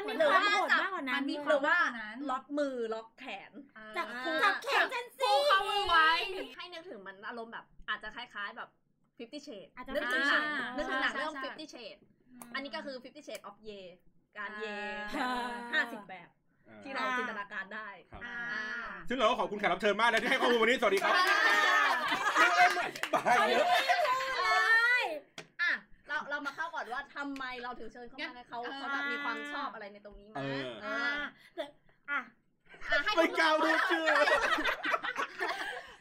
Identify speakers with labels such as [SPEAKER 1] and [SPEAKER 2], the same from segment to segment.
[SPEAKER 1] น
[SPEAKER 2] หรือว่ามัมัมีคาวโห
[SPEAKER 3] หรื
[SPEAKER 1] มัน นมีความมัน นมีความ ม
[SPEAKER 3] อ
[SPEAKER 2] ด
[SPEAKER 3] ว่าจับ
[SPEAKER 2] มากกว่านั้
[SPEAKER 1] มัน นมี
[SPEAKER 2] ด้ย
[SPEAKER 1] ความมากกว่านั้น
[SPEAKER 3] ล็อกมือล็อกแขน
[SPEAKER 2] จับ
[SPEAKER 3] อ่า
[SPEAKER 2] จับแขนฉันสิ
[SPEAKER 1] ผูกข้อมือไว้
[SPEAKER 3] ให้นึกถึงมันอารมณ์แบบ อาจจะคล้ายๆแบบ 50 shade
[SPEAKER 2] อาจจะ
[SPEAKER 3] นึกถึงหนัง
[SPEAKER 2] อ่านึ
[SPEAKER 3] นึกถึงหนัง
[SPEAKER 1] ใช่
[SPEAKER 3] เรื่อง
[SPEAKER 1] ใช่
[SPEAKER 3] 50 shade อันนี้ก็คือ 50 shade of y e การเย
[SPEAKER 2] อ่า
[SPEAKER 3] แบบ50 แบบ ที่เราจินตนาการได้
[SPEAKER 4] ครับ
[SPEAKER 1] อ่า
[SPEAKER 4] ซึ่งเราก็ขอบคุณแขกรับเชิญมากนะที่ให้ข้อมูลวันนี้ สวัสดีครับบ่ายเยอะ
[SPEAKER 2] เลย
[SPEAKER 3] อ่ะเราเรามาเข้าก่อนว่าทำไมเราถึงเชิญเขามาให้เขา
[SPEAKER 1] เออ
[SPEAKER 3] เขาแบบมีความชอบอะไรในตรงนี้ไหม
[SPEAKER 4] เออ
[SPEAKER 3] อ่า
[SPEAKER 2] แต่
[SPEAKER 5] ไม่กล้าพูดชื่อ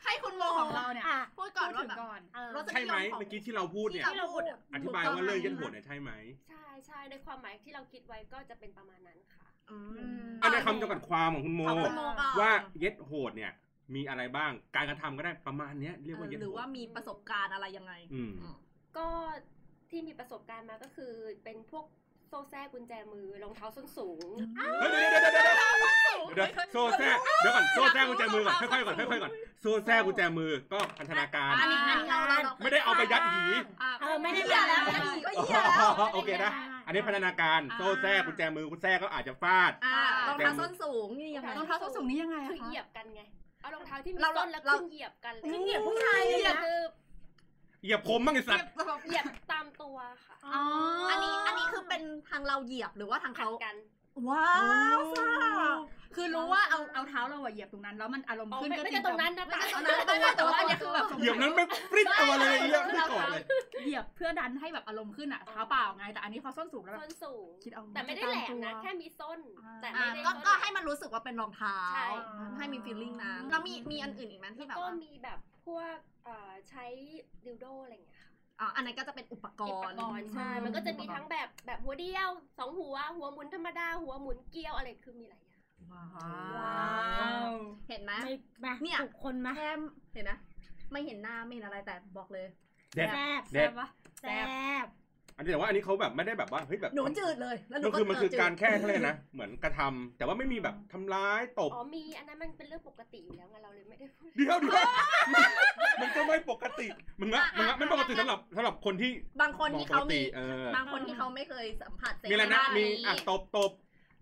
[SPEAKER 3] ให้คุณโมของเราเนี่ย
[SPEAKER 2] อ่ะ
[SPEAKER 3] พูดก่อน
[SPEAKER 1] พู
[SPEAKER 3] ว่าแบ
[SPEAKER 1] ดถึ
[SPEAKER 3] บ
[SPEAKER 1] งก่อน
[SPEAKER 2] เออ
[SPEAKER 3] รส
[SPEAKER 5] ใช่
[SPEAKER 3] นิย
[SPEAKER 5] ไหม
[SPEAKER 3] มของ
[SPEAKER 5] เมื่อกี้ที่เราพูดเนี่ย
[SPEAKER 3] ที่เราพูด
[SPEAKER 5] อธิบายว่าเลิกยันโหดเนี่ยใช่ไหม
[SPEAKER 6] ใช่ใช่ในความหมายที่เราคิดไว้ก็จะเป็นประมาณนั้นค่ะ
[SPEAKER 3] อืม
[SPEAKER 5] อันในคำจำกัดความของคุณโม
[SPEAKER 3] ขอบคุณโมก่อน
[SPEAKER 5] ว่าเย็ดโหดเนี่ย มีอะไรบ้างการกระทำก็ได้ประมาณเนี้ยเรียกว่าเย็ด
[SPEAKER 3] หรือ
[SPEAKER 5] โหด
[SPEAKER 3] ว่ามีประสบการณ์อะไรยังไง
[SPEAKER 5] อืม
[SPEAKER 3] อืม
[SPEAKER 6] ก็ที่มีประสบการณ์มาก็คือเป็นพวกโซ่แซ่กุญแจมือรองเท้าส้นสูง
[SPEAKER 5] เฮ้ยเดี๋ยวเดี๋ยวเดี๋ยวเดี๋ยวเดี๋ยวโซ่แทรกเดี๋ยวก่อนโซ่แทรกกุญแจมือก่อนค่อยๆก่อนค่อยๆก่อนโซ่แทรกกุญแจมือก็พันธนาการ
[SPEAKER 3] อันนี้อันนี้เราเราเรา
[SPEAKER 5] ไม่ได้เอาไปยัดหี
[SPEAKER 3] อ่ะ
[SPEAKER 2] เออไม่ได้
[SPEAKER 3] เหี้ยแล้วยัดหีก็เหี้ยแล้ว
[SPEAKER 5] โอเคนะอันนี้พันธนาการโซ่แทรกกุญแจมือกุญแจก็อาจจะฟาด
[SPEAKER 3] อ่ารองเท้าส้นสูงนี่ยังไง
[SPEAKER 1] รองเท้าส้นสูงนี่ยังไงอะ
[SPEAKER 6] คือ
[SPEAKER 1] คะ
[SPEAKER 6] เหยียบกันไง เอารองเท้าที่มี
[SPEAKER 3] เรา
[SPEAKER 6] ส้นแล้ว
[SPEAKER 3] เรา
[SPEAKER 6] ขึ้นเหยียบกัน
[SPEAKER 3] เหยียบผู้ชายเลยนะ
[SPEAKER 6] คือ
[SPEAKER 5] เหยียบผมบ้างไอสัตว์
[SPEAKER 6] เหยียบตามตัวค่ะ
[SPEAKER 1] อ๋อ
[SPEAKER 3] อันนี้อันนี้คือเป็นทางเราเหยียบหรือว่าทาง
[SPEAKER 6] ขั
[SPEAKER 3] เขา
[SPEAKER 6] ดกัน
[SPEAKER 3] ว้าวซ่า
[SPEAKER 1] คือรู้ว่าเอาเอาเท้าเราอะเหยียบตรงนั้น แล้วมันอารมณ์
[SPEAKER 6] อ๋อ
[SPEAKER 1] ขึ้น
[SPEAKER 6] ไม่
[SPEAKER 1] ก็
[SPEAKER 6] ไม่
[SPEAKER 1] จริ
[SPEAKER 6] ใช่
[SPEAKER 1] ง
[SPEAKER 6] ตรงนั้นนะ
[SPEAKER 3] ไม่ใช่ตรงนั้
[SPEAKER 1] แต่
[SPEAKER 3] น
[SPEAKER 1] ว่าแต่ว่าอันเนี้ยคือแบบสงสั
[SPEAKER 5] เหยียบนั้นไม่ปริ้นตัวเลยเหยียบไม่กอดเลย
[SPEAKER 1] เหยียบเพื่อดันให้แบบอารมณ์ขึ้นอะเท้าเปล่าไง แต่อันนี้เขาส้นสูงแล้วแบ
[SPEAKER 6] ส้
[SPEAKER 1] บ
[SPEAKER 6] นสูง
[SPEAKER 1] คิดเอา
[SPEAKER 6] แต่ไม่ได้แหลมนะ
[SPEAKER 1] ตามตัว
[SPEAKER 6] แค่มีส้น
[SPEAKER 1] อ่า
[SPEAKER 6] แต่
[SPEAKER 3] อ่ะ
[SPEAKER 6] ไม่ได้
[SPEAKER 3] ก็
[SPEAKER 6] ส้น
[SPEAKER 3] ก็ให้มันรู้สึกว่าเป็นรองเท้า
[SPEAKER 6] ใช่
[SPEAKER 3] ให้มีฟีลลิ่งนั้นแล้วมีมีอันอื่นอีกไหมที่แบ
[SPEAKER 6] แล้
[SPEAKER 3] บ
[SPEAKER 6] วก็
[SPEAKER 3] ว่า
[SPEAKER 6] มีแบบพวกเอ่อใช้ดิวโดอะไรอย่างเงี้ยค่ะ
[SPEAKER 3] อ๋ออันนั้นก็จะเป็นอุปก
[SPEAKER 6] อุป
[SPEAKER 3] รณ์
[SPEAKER 6] กรณ์ใช่
[SPEAKER 1] อืม
[SPEAKER 6] มันก็จะมีทั้งแบบแบบหัวเดียวสองหัว หัวหมุนธรรมดา หัวหมุนเกลียวอะไรคือมีหลายอย่าง
[SPEAKER 3] ว้า
[SPEAKER 2] ว้าวว
[SPEAKER 3] เห็นไหม
[SPEAKER 2] ไม่มา
[SPEAKER 3] เนี่ย
[SPEAKER 2] ถูกคนมา
[SPEAKER 3] แค่เห็นนะไม่เห็นหน้าไม่เห็นอะไรแต่บอกเลย
[SPEAKER 5] เด็ด
[SPEAKER 2] แซ่บ
[SPEAKER 5] เด็ด
[SPEAKER 2] แซ่บ
[SPEAKER 5] อันนี้แต่ว่าอันนี้เขาแบบไม่ได้แบบว่าเฮ้ยแบบ
[SPEAKER 3] หนูจืดเลยแล้วหนู
[SPEAKER 5] มัน
[SPEAKER 3] ก็
[SPEAKER 5] คือมันคือ
[SPEAKER 3] จืด
[SPEAKER 5] การแค่เลยนะ เหมือนกระทำแต่ว่าไม่มีแบบทำร้ายตบ
[SPEAKER 6] อ๋อมีอันนั้นมันเป็นเรื่องปกติอยู่แล้วไงเราเลยไม่ได้พูด
[SPEAKER 5] เดี๋ยวเดี๋ยวมันก็ไม่ปกติมึงละมึงละไม่ปกติสำหรับสำหรับคนที่
[SPEAKER 3] บางคนที่เขามี
[SPEAKER 5] เออ
[SPEAKER 3] บางคนที่เขาไม่เคยสัมผัสเซ็ก
[SPEAKER 5] มีอะไร
[SPEAKER 3] ด้า
[SPEAKER 5] นะ
[SPEAKER 3] น
[SPEAKER 5] มี
[SPEAKER 3] นี้
[SPEAKER 5] อ่ะตบตบ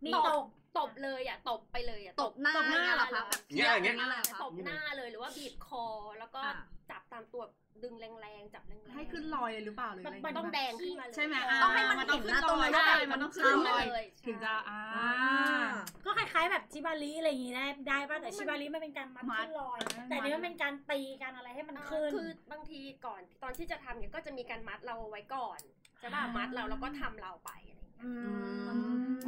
[SPEAKER 2] มี
[SPEAKER 6] ต
[SPEAKER 2] ต
[SPEAKER 6] บ
[SPEAKER 2] ก
[SPEAKER 6] ตบเลยอ่ะตบไปเลยอ่ะ
[SPEAKER 3] ตบหน้า
[SPEAKER 2] ตบหน้า
[SPEAKER 3] เนี่ยเหรอคะแบบ
[SPEAKER 5] เนี่ยอย่างเงี้ย
[SPEAKER 3] นี่แหละคะ
[SPEAKER 6] ตบหน้าเลยหรือว่าบีบคอ แล้วก็
[SPEAKER 3] อ่ะ
[SPEAKER 6] จับตามตัวดึงแรงๆจับแรงๆ
[SPEAKER 1] ให้ขึ้นลอยเลยหรือเปล่าหรืออะไร
[SPEAKER 6] มันต้องแดงขึ้นมาเลย
[SPEAKER 1] ใช่ไหม
[SPEAKER 6] เออ
[SPEAKER 3] ต้องให้มัน
[SPEAKER 1] ต้องขึ้นล
[SPEAKER 3] เห็นนะตร
[SPEAKER 1] อย
[SPEAKER 3] งนั้นว่า
[SPEAKER 1] ได้
[SPEAKER 3] แบบ
[SPEAKER 1] มันต้องขึ้น
[SPEAKER 6] ขึ้น
[SPEAKER 1] ล
[SPEAKER 6] มา
[SPEAKER 1] อย
[SPEAKER 6] เลย
[SPEAKER 1] ถึงจะอ่า
[SPEAKER 3] อ่า
[SPEAKER 2] ก็คล้ายๆแบบชิบาริอะไรอย่างงี้ได้ได้ป่ะแต่ชิบาริมันเป็นการมัด
[SPEAKER 1] มัด
[SPEAKER 2] ขึ้นลอย แต่อันนี้มันเป็นการตีการอะไรให้มัน
[SPEAKER 6] เอ
[SPEAKER 2] ขึ้
[SPEAKER 6] อ
[SPEAKER 2] น
[SPEAKER 6] คือบางทีก่อนตอนที่จะทำเนี่ยก็จะมีการมัดเราไว้ก่อนใช่ป่ะ
[SPEAKER 2] อ่ามั
[SPEAKER 6] มัดเราแล้วก็ทำเราไปอะไรอย่างเงี้ย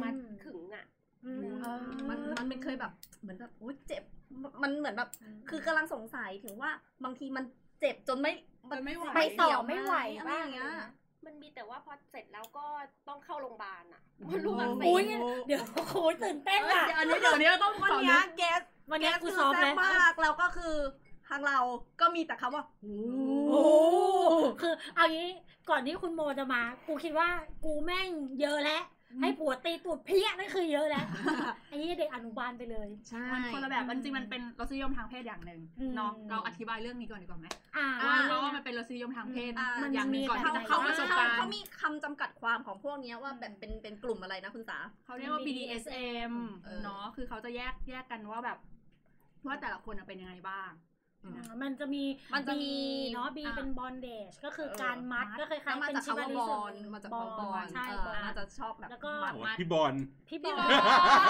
[SPEAKER 6] มัดขึงอ่ะ
[SPEAKER 2] อืม
[SPEAKER 3] เออมันมันเป็นเคยแบบเหมือนแบบโอ้เจ็บมันเหมือนแบบ คือกำลังสงสัยถึงว่าบางทีมันเจ็บจนไม่
[SPEAKER 1] จนไม่ไหว
[SPEAKER 3] เสี่ยว
[SPEAKER 2] ไม่ไหว
[SPEAKER 3] อะ
[SPEAKER 2] บ้าง
[SPEAKER 3] อย่างเงี้ย
[SPEAKER 6] มันมีแต่ว่าพอเสร็จแล้วก็ต้องเข้าโรงพยาบาลอ่ะมันรู้ว่า
[SPEAKER 2] อุ้ยเดี๋ยวโอ้ยตื่นเต้นอ่ะ
[SPEAKER 1] เดี๋ยวอันนี้เดี๋ยวนี้ต้อง
[SPEAKER 3] วัน
[SPEAKER 1] สอน
[SPEAKER 3] เนี้ย
[SPEAKER 1] นะ
[SPEAKER 3] แก๊ส
[SPEAKER 2] วันนี้
[SPEAKER 3] แก๊ส
[SPEAKER 2] กู
[SPEAKER 3] คือ
[SPEAKER 2] ซ้อม
[SPEAKER 3] แซ่
[SPEAKER 2] แล้
[SPEAKER 3] บ
[SPEAKER 2] ว
[SPEAKER 3] มากแล้วก็คือทางเราก็มีแต่คำว่าโอ้
[SPEAKER 2] โอ้คือเอางี้ก่อนที่คุณโมจะมา กูคิดว่ากูแม่งเยอะแล้ว ให้ผัวตีตูดเพี้ยนั่นคือเยอะแล้วไอ้นี่เด็กอนุบาลไปเลย
[SPEAKER 3] ใช่
[SPEAKER 1] มันคนละแบบมันจริงมันเป็นรสนิยมทางเพศอย่างหนึ่ง
[SPEAKER 2] อืม
[SPEAKER 1] เนาะเราอธิบายเรื่องนี้ก่อนดีกว่าไหม
[SPEAKER 2] อ่า
[SPEAKER 3] อ่
[SPEAKER 1] ว่าเราว่ามันเป็นรสนิยมทางเพศ
[SPEAKER 3] อ่า
[SPEAKER 1] อย่างหนึ่งก่อน
[SPEAKER 2] มันมี
[SPEAKER 1] ที่จะเข้าประสบการณ์
[SPEAKER 3] เขามีคำจำกัดความของพวกเนี้ยว่าแบบเป็นเป็นกลุ่มอะไรนะคุณสา
[SPEAKER 1] เขาเรียกว่า BDSM
[SPEAKER 3] เออ
[SPEAKER 1] เนาะ คือเขาจะแยกแยกกันว่าแบบ ว่าแต่ละคนน่ะเป็นยังไงบ้าง
[SPEAKER 2] อ่ามันจะมี
[SPEAKER 3] มันจะมี
[SPEAKER 2] เนาะบี
[SPEAKER 3] อ่ะ
[SPEAKER 2] เป็นบอนเดชก็คือ
[SPEAKER 3] เออ
[SPEAKER 2] การมัด
[SPEAKER 1] มัด
[SPEAKER 2] ก็คล้ายๆ
[SPEAKER 3] มา
[SPEAKER 2] เป็น
[SPEAKER 3] จาก
[SPEAKER 2] ชิบา
[SPEAKER 3] คำว่า
[SPEAKER 2] ริ
[SPEAKER 3] บ
[SPEAKER 2] สุ
[SPEAKER 3] อลมาจากคำว่าบอล
[SPEAKER 2] ใช่
[SPEAKER 3] เอบอ
[SPEAKER 2] อล
[SPEAKER 3] น่าจะชอบแบบ
[SPEAKER 2] แล้วก็
[SPEAKER 3] มัด
[SPEAKER 5] โอ้
[SPEAKER 3] มัด
[SPEAKER 5] พี่บอล
[SPEAKER 2] พี่บ
[SPEAKER 1] พี่
[SPEAKER 2] อบ ล
[SPEAKER 1] อล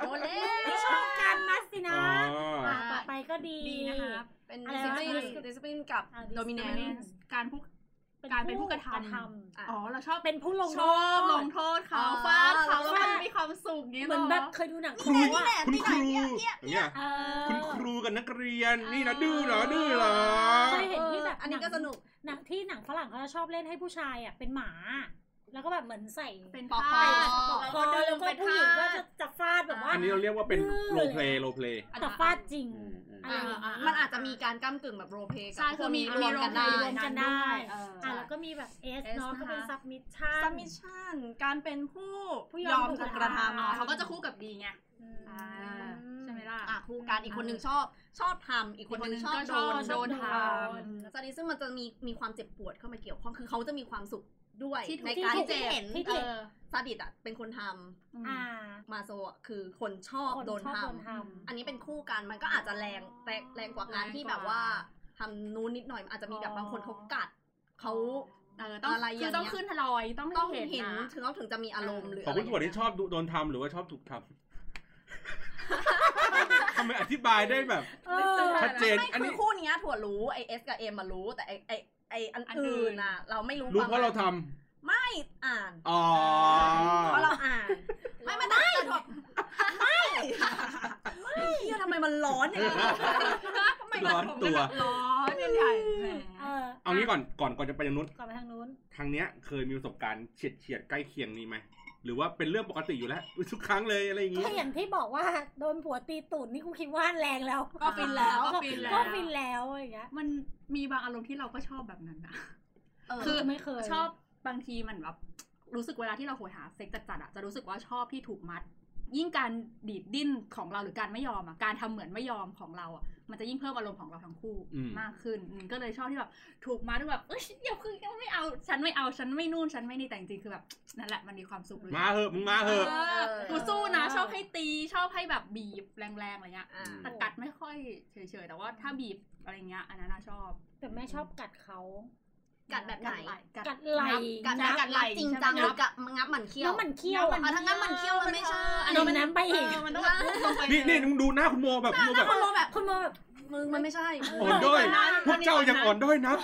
[SPEAKER 3] โดนแล้ว
[SPEAKER 2] ไม่ชอบการมัดสิ
[SPEAKER 5] อ๋
[SPEAKER 2] นะ
[SPEAKER 5] อ
[SPEAKER 2] อ่ะต่อไปก็ดี
[SPEAKER 1] ดีนะครับ
[SPEAKER 3] เป็น
[SPEAKER 2] อะไร
[SPEAKER 3] ดิ
[SPEAKER 2] วะ
[SPEAKER 3] สซิปลิน
[SPEAKER 2] discipline
[SPEAKER 3] ดิสซิปลินกับ
[SPEAKER 2] อ่า
[SPEAKER 3] โดมิเนน
[SPEAKER 2] discipline
[SPEAKER 1] การผู้ การเป็นผู้กระทำ
[SPEAKER 3] อ่ะ
[SPEAKER 1] อ๋อ เราชอบ
[SPEAKER 2] เป็นผู้ลง
[SPEAKER 1] ช
[SPEAKER 2] โท
[SPEAKER 1] อ
[SPEAKER 2] ษ
[SPEAKER 1] บลงโทษเขา
[SPEAKER 3] อ๋อ
[SPEAKER 1] ฟาดเขาแล้ว
[SPEAKER 2] ฟาด
[SPEAKER 1] มันมีความสุขนี้
[SPEAKER 2] เหมือนแบบ
[SPEAKER 1] หร
[SPEAKER 2] เคยดูหนัง
[SPEAKER 5] ครู
[SPEAKER 3] นี่แหละ
[SPEAKER 5] คุณ
[SPEAKER 3] นี่
[SPEAKER 5] ค
[SPEAKER 3] แหละ
[SPEAKER 5] รู
[SPEAKER 3] เนี่ยเนี่ย
[SPEAKER 5] อย่างเงี้ย
[SPEAKER 2] เออ
[SPEAKER 5] คุณครูกับนักเรียน นี่นะดื้อเหรอดื้อเหรอ
[SPEAKER 2] เคยเห็นที่แบบ
[SPEAKER 3] อัน
[SPEAKER 2] หนั
[SPEAKER 3] นี้
[SPEAKER 2] ง
[SPEAKER 3] ก็สนุก
[SPEAKER 2] หนังที่หนังฝรั่งเขาจะชอบเล่นให้ผู้ชายอ่ะเป็นหมา แล้วก็แบบเหมือนใส่
[SPEAKER 1] เป็น
[SPEAKER 3] ปอก
[SPEAKER 1] ผ้า
[SPEAKER 2] คอ
[SPEAKER 3] คอ
[SPEAKER 1] แล้วก็เดินล
[SPEAKER 2] แล้ว
[SPEAKER 1] ง
[SPEAKER 2] ก็
[SPEAKER 1] เป็น
[SPEAKER 2] ผู้
[SPEAKER 1] ผ้า
[SPEAKER 2] หญิงก็จะจะฟาดแบบว่า
[SPEAKER 5] อันนี้เราเรียกว่าเป็น
[SPEAKER 2] ดื้อ
[SPEAKER 5] โรเพลโรเพล
[SPEAKER 2] แต่ฟาดจริง
[SPEAKER 5] อืมอืม
[SPEAKER 2] อะไรอย่างเงี้ย
[SPEAKER 3] มันอาจจะมีการก้ามกึ่งแบบโรลเพลย์กับ
[SPEAKER 1] ใช่คือมี
[SPEAKER 3] พวก
[SPEAKER 1] มี
[SPEAKER 3] นี้รวมกันได้
[SPEAKER 1] โล
[SPEAKER 2] รวมกันได้
[SPEAKER 1] เออ
[SPEAKER 2] อ่ะ
[SPEAKER 1] อ่ะ
[SPEAKER 2] แล้วก็มีแบบ S
[SPEAKER 3] S
[SPEAKER 2] เนาะก็เป็น
[SPEAKER 3] นะคะ
[SPEAKER 2] submission
[SPEAKER 3] ซัมมิชชั่น การเป็นผู้
[SPEAKER 2] ผู้ยอมถู
[SPEAKER 3] ถู
[SPEAKER 2] ก
[SPEAKER 3] ก
[SPEAKER 2] ก
[SPEAKER 3] ก
[SPEAKER 2] ระ
[SPEAKER 3] ระ
[SPEAKER 2] ทำ
[SPEAKER 3] ทำ
[SPEAKER 1] อ่ะเขาก็จะคู่กับดีไง
[SPEAKER 2] อืม
[SPEAKER 1] อ่าใช่ไหมล่ะ
[SPEAKER 3] อ่ะคู่การอีกคนหนึ่งชอบ ชอบทำอีกคนหนึ่งชอบ
[SPEAKER 1] ก็
[SPEAKER 3] โด
[SPEAKER 1] ชอบ
[SPEAKER 3] น
[SPEAKER 1] โดนท
[SPEAKER 3] ตอนนี้ซึ่งมันจะมีมีความเจ็บปวดเข้ามาเกี่ยวข้องคือเขาจะมีความสุขด้วย
[SPEAKER 1] ที่ถูก
[SPEAKER 3] ในการ
[SPEAKER 2] ที่ถูก
[SPEAKER 3] ที่เห็น
[SPEAKER 2] ที่
[SPEAKER 1] ำ
[SPEAKER 2] ถู
[SPEAKER 1] เอก อ
[SPEAKER 3] ซาดิสอ่ะเป็นคนทำ
[SPEAKER 2] อ่า
[SPEAKER 3] มาโซอ่ะคือคนชอบ
[SPEAKER 2] คน
[SPEAKER 3] โดน
[SPEAKER 2] ชอบ
[SPEAKER 3] ทำ
[SPEAKER 2] โดนทำ
[SPEAKER 3] อันนี้เป็นคู่กันมันก็อาจจะแรงแรงแรงกว่าการ
[SPEAKER 1] แรงกว่า
[SPEAKER 3] ที่แบบว่าทำนู้นนิดหน่อยอาจจะมีแบบบางคนเขากัดเขา
[SPEAKER 1] เออต้อง
[SPEAKER 3] อะไรอย่างเงี้
[SPEAKER 1] คื
[SPEAKER 3] ย
[SPEAKER 1] อต้องขึ้นลอยต้อง
[SPEAKER 3] ต้อง
[SPEAKER 1] ให้
[SPEAKER 3] เห็น
[SPEAKER 1] นะ
[SPEAKER 3] ถึงเขาถึงจะมีอารมณ์หรือ
[SPEAKER 5] ขอบคุณ
[SPEAKER 3] ะ
[SPEAKER 5] ทุ
[SPEAKER 3] ไร
[SPEAKER 5] กคนที่ชอบดูโดนทำหรือว่าชอบถูกทำ ทำไมอธิบายได้แบบ
[SPEAKER 2] เออ
[SPEAKER 5] ชัดเจน
[SPEAKER 3] ไม่
[SPEAKER 5] อัน
[SPEAKER 3] คื
[SPEAKER 5] นี้
[SPEAKER 3] อคู่เนี้ยถั่วรู้ไอเอสกับเอ็มมารู้แต่ไอไอไออัน
[SPEAKER 1] อันอื่
[SPEAKER 3] อื่
[SPEAKER 1] น
[SPEAKER 3] นน่ะเราไม่รู้
[SPEAKER 5] รู้เพราะเราท
[SPEAKER 3] ไม่อ่าน
[SPEAKER 5] ำอ๋อ
[SPEAKER 3] เพราะเราอ่าน ไม่ไม่ได้ไม่ไม่ ร้อนอย่างเงี้ย
[SPEAKER 1] ทำไมแบบผมมันแบบร้อนใหญ่ๆแหม
[SPEAKER 2] เออ
[SPEAKER 5] เอางี้ก่อนก่อนก่อนจะไปยังนู้น
[SPEAKER 2] ก่อนไปทางนู้น
[SPEAKER 5] ทางเนี้ยเคยมีประสบการณ์เฉียดเฉียดๆใกล้เคียงนี้ไหมหรือว่าเป็นเรื่องปกติอยู่แล้วทุกครั้งเลยอะไรอย่างงี้
[SPEAKER 2] ก็อย่างที่บอกว่าโดนผัวตีตูดนี่กูคิดว่าแรงแล้ว
[SPEAKER 1] ก็ฟินแล้ว
[SPEAKER 2] ก็
[SPEAKER 1] ฟินแล้ว
[SPEAKER 2] ก็ฟินแล้วอย่างเงี้ย
[SPEAKER 1] มันมีบางอารมณ์ที่เราก็ชอบแบบนั้นนะ
[SPEAKER 3] เออ
[SPEAKER 1] คือ
[SPEAKER 2] ไม่เคย
[SPEAKER 1] ชอบบางทีมันแบบรู้สึกเวลาที่เราโหยหาเซ็กจัดๆอะจะรู้สึกว่าชอบที่ถูกมัด ยิ่งการดีดดิ้นของเราหรือการไม่ยอมอะการทำเหมือนไม่ยอมของเราอะมันจะยิ่งเพิ่มอารมณ์ของเราทั้งคู่
[SPEAKER 5] อืม
[SPEAKER 1] มากขึ้นอืมก็เลยชอบที่แบบถูกมัดแบบเอ้ยอย่าคือยังไม่เอาฉันไม่เอาฉันไม่นู่นฉันไม่นี่แต่จริงๆคือแบบนั่นแหละมันมีความสุขเลย
[SPEAKER 5] มาเหอะมึงมาเหอะ
[SPEAKER 1] เออกูสู้นะ ชอบให้ตีชอบให้แบบบีบแรงๆอะไรเงี้ย
[SPEAKER 3] อ่า
[SPEAKER 1] แต่กัดไม่ค่อยเฉยๆแต่ว่าถ้าบีบอะไรเงี้ยอันนั้นน่ะชอบ
[SPEAKER 2] แต่แม่ชอบกัดเขา
[SPEAKER 3] กัดแบบไหน
[SPEAKER 2] กัดไหล่
[SPEAKER 3] กัด
[SPEAKER 1] งับ
[SPEAKER 3] กัดไหลจริงจังห
[SPEAKER 1] ใช่
[SPEAKER 3] รื
[SPEAKER 1] ไหม
[SPEAKER 3] อกัดงับหมันเคี้ยว
[SPEAKER 2] แล้วมันเคี้ยว
[SPEAKER 3] อ่ะถ้างั้นมันเคี้ยวมันไม่ใช่
[SPEAKER 2] อันนี้มันน้ำไปอีก
[SPEAKER 1] เมันต้องแบบลงไป
[SPEAKER 5] นี่นี่มึงดูหน้าคุณโมแบบคุณโมแบบ
[SPEAKER 2] คุณโมแบบคุณโมแบบ
[SPEAKER 3] มือมันไม่ใช่มือ
[SPEAKER 5] อ่อนด้อยพวกเจ้ายังอ่อนด้อยนะ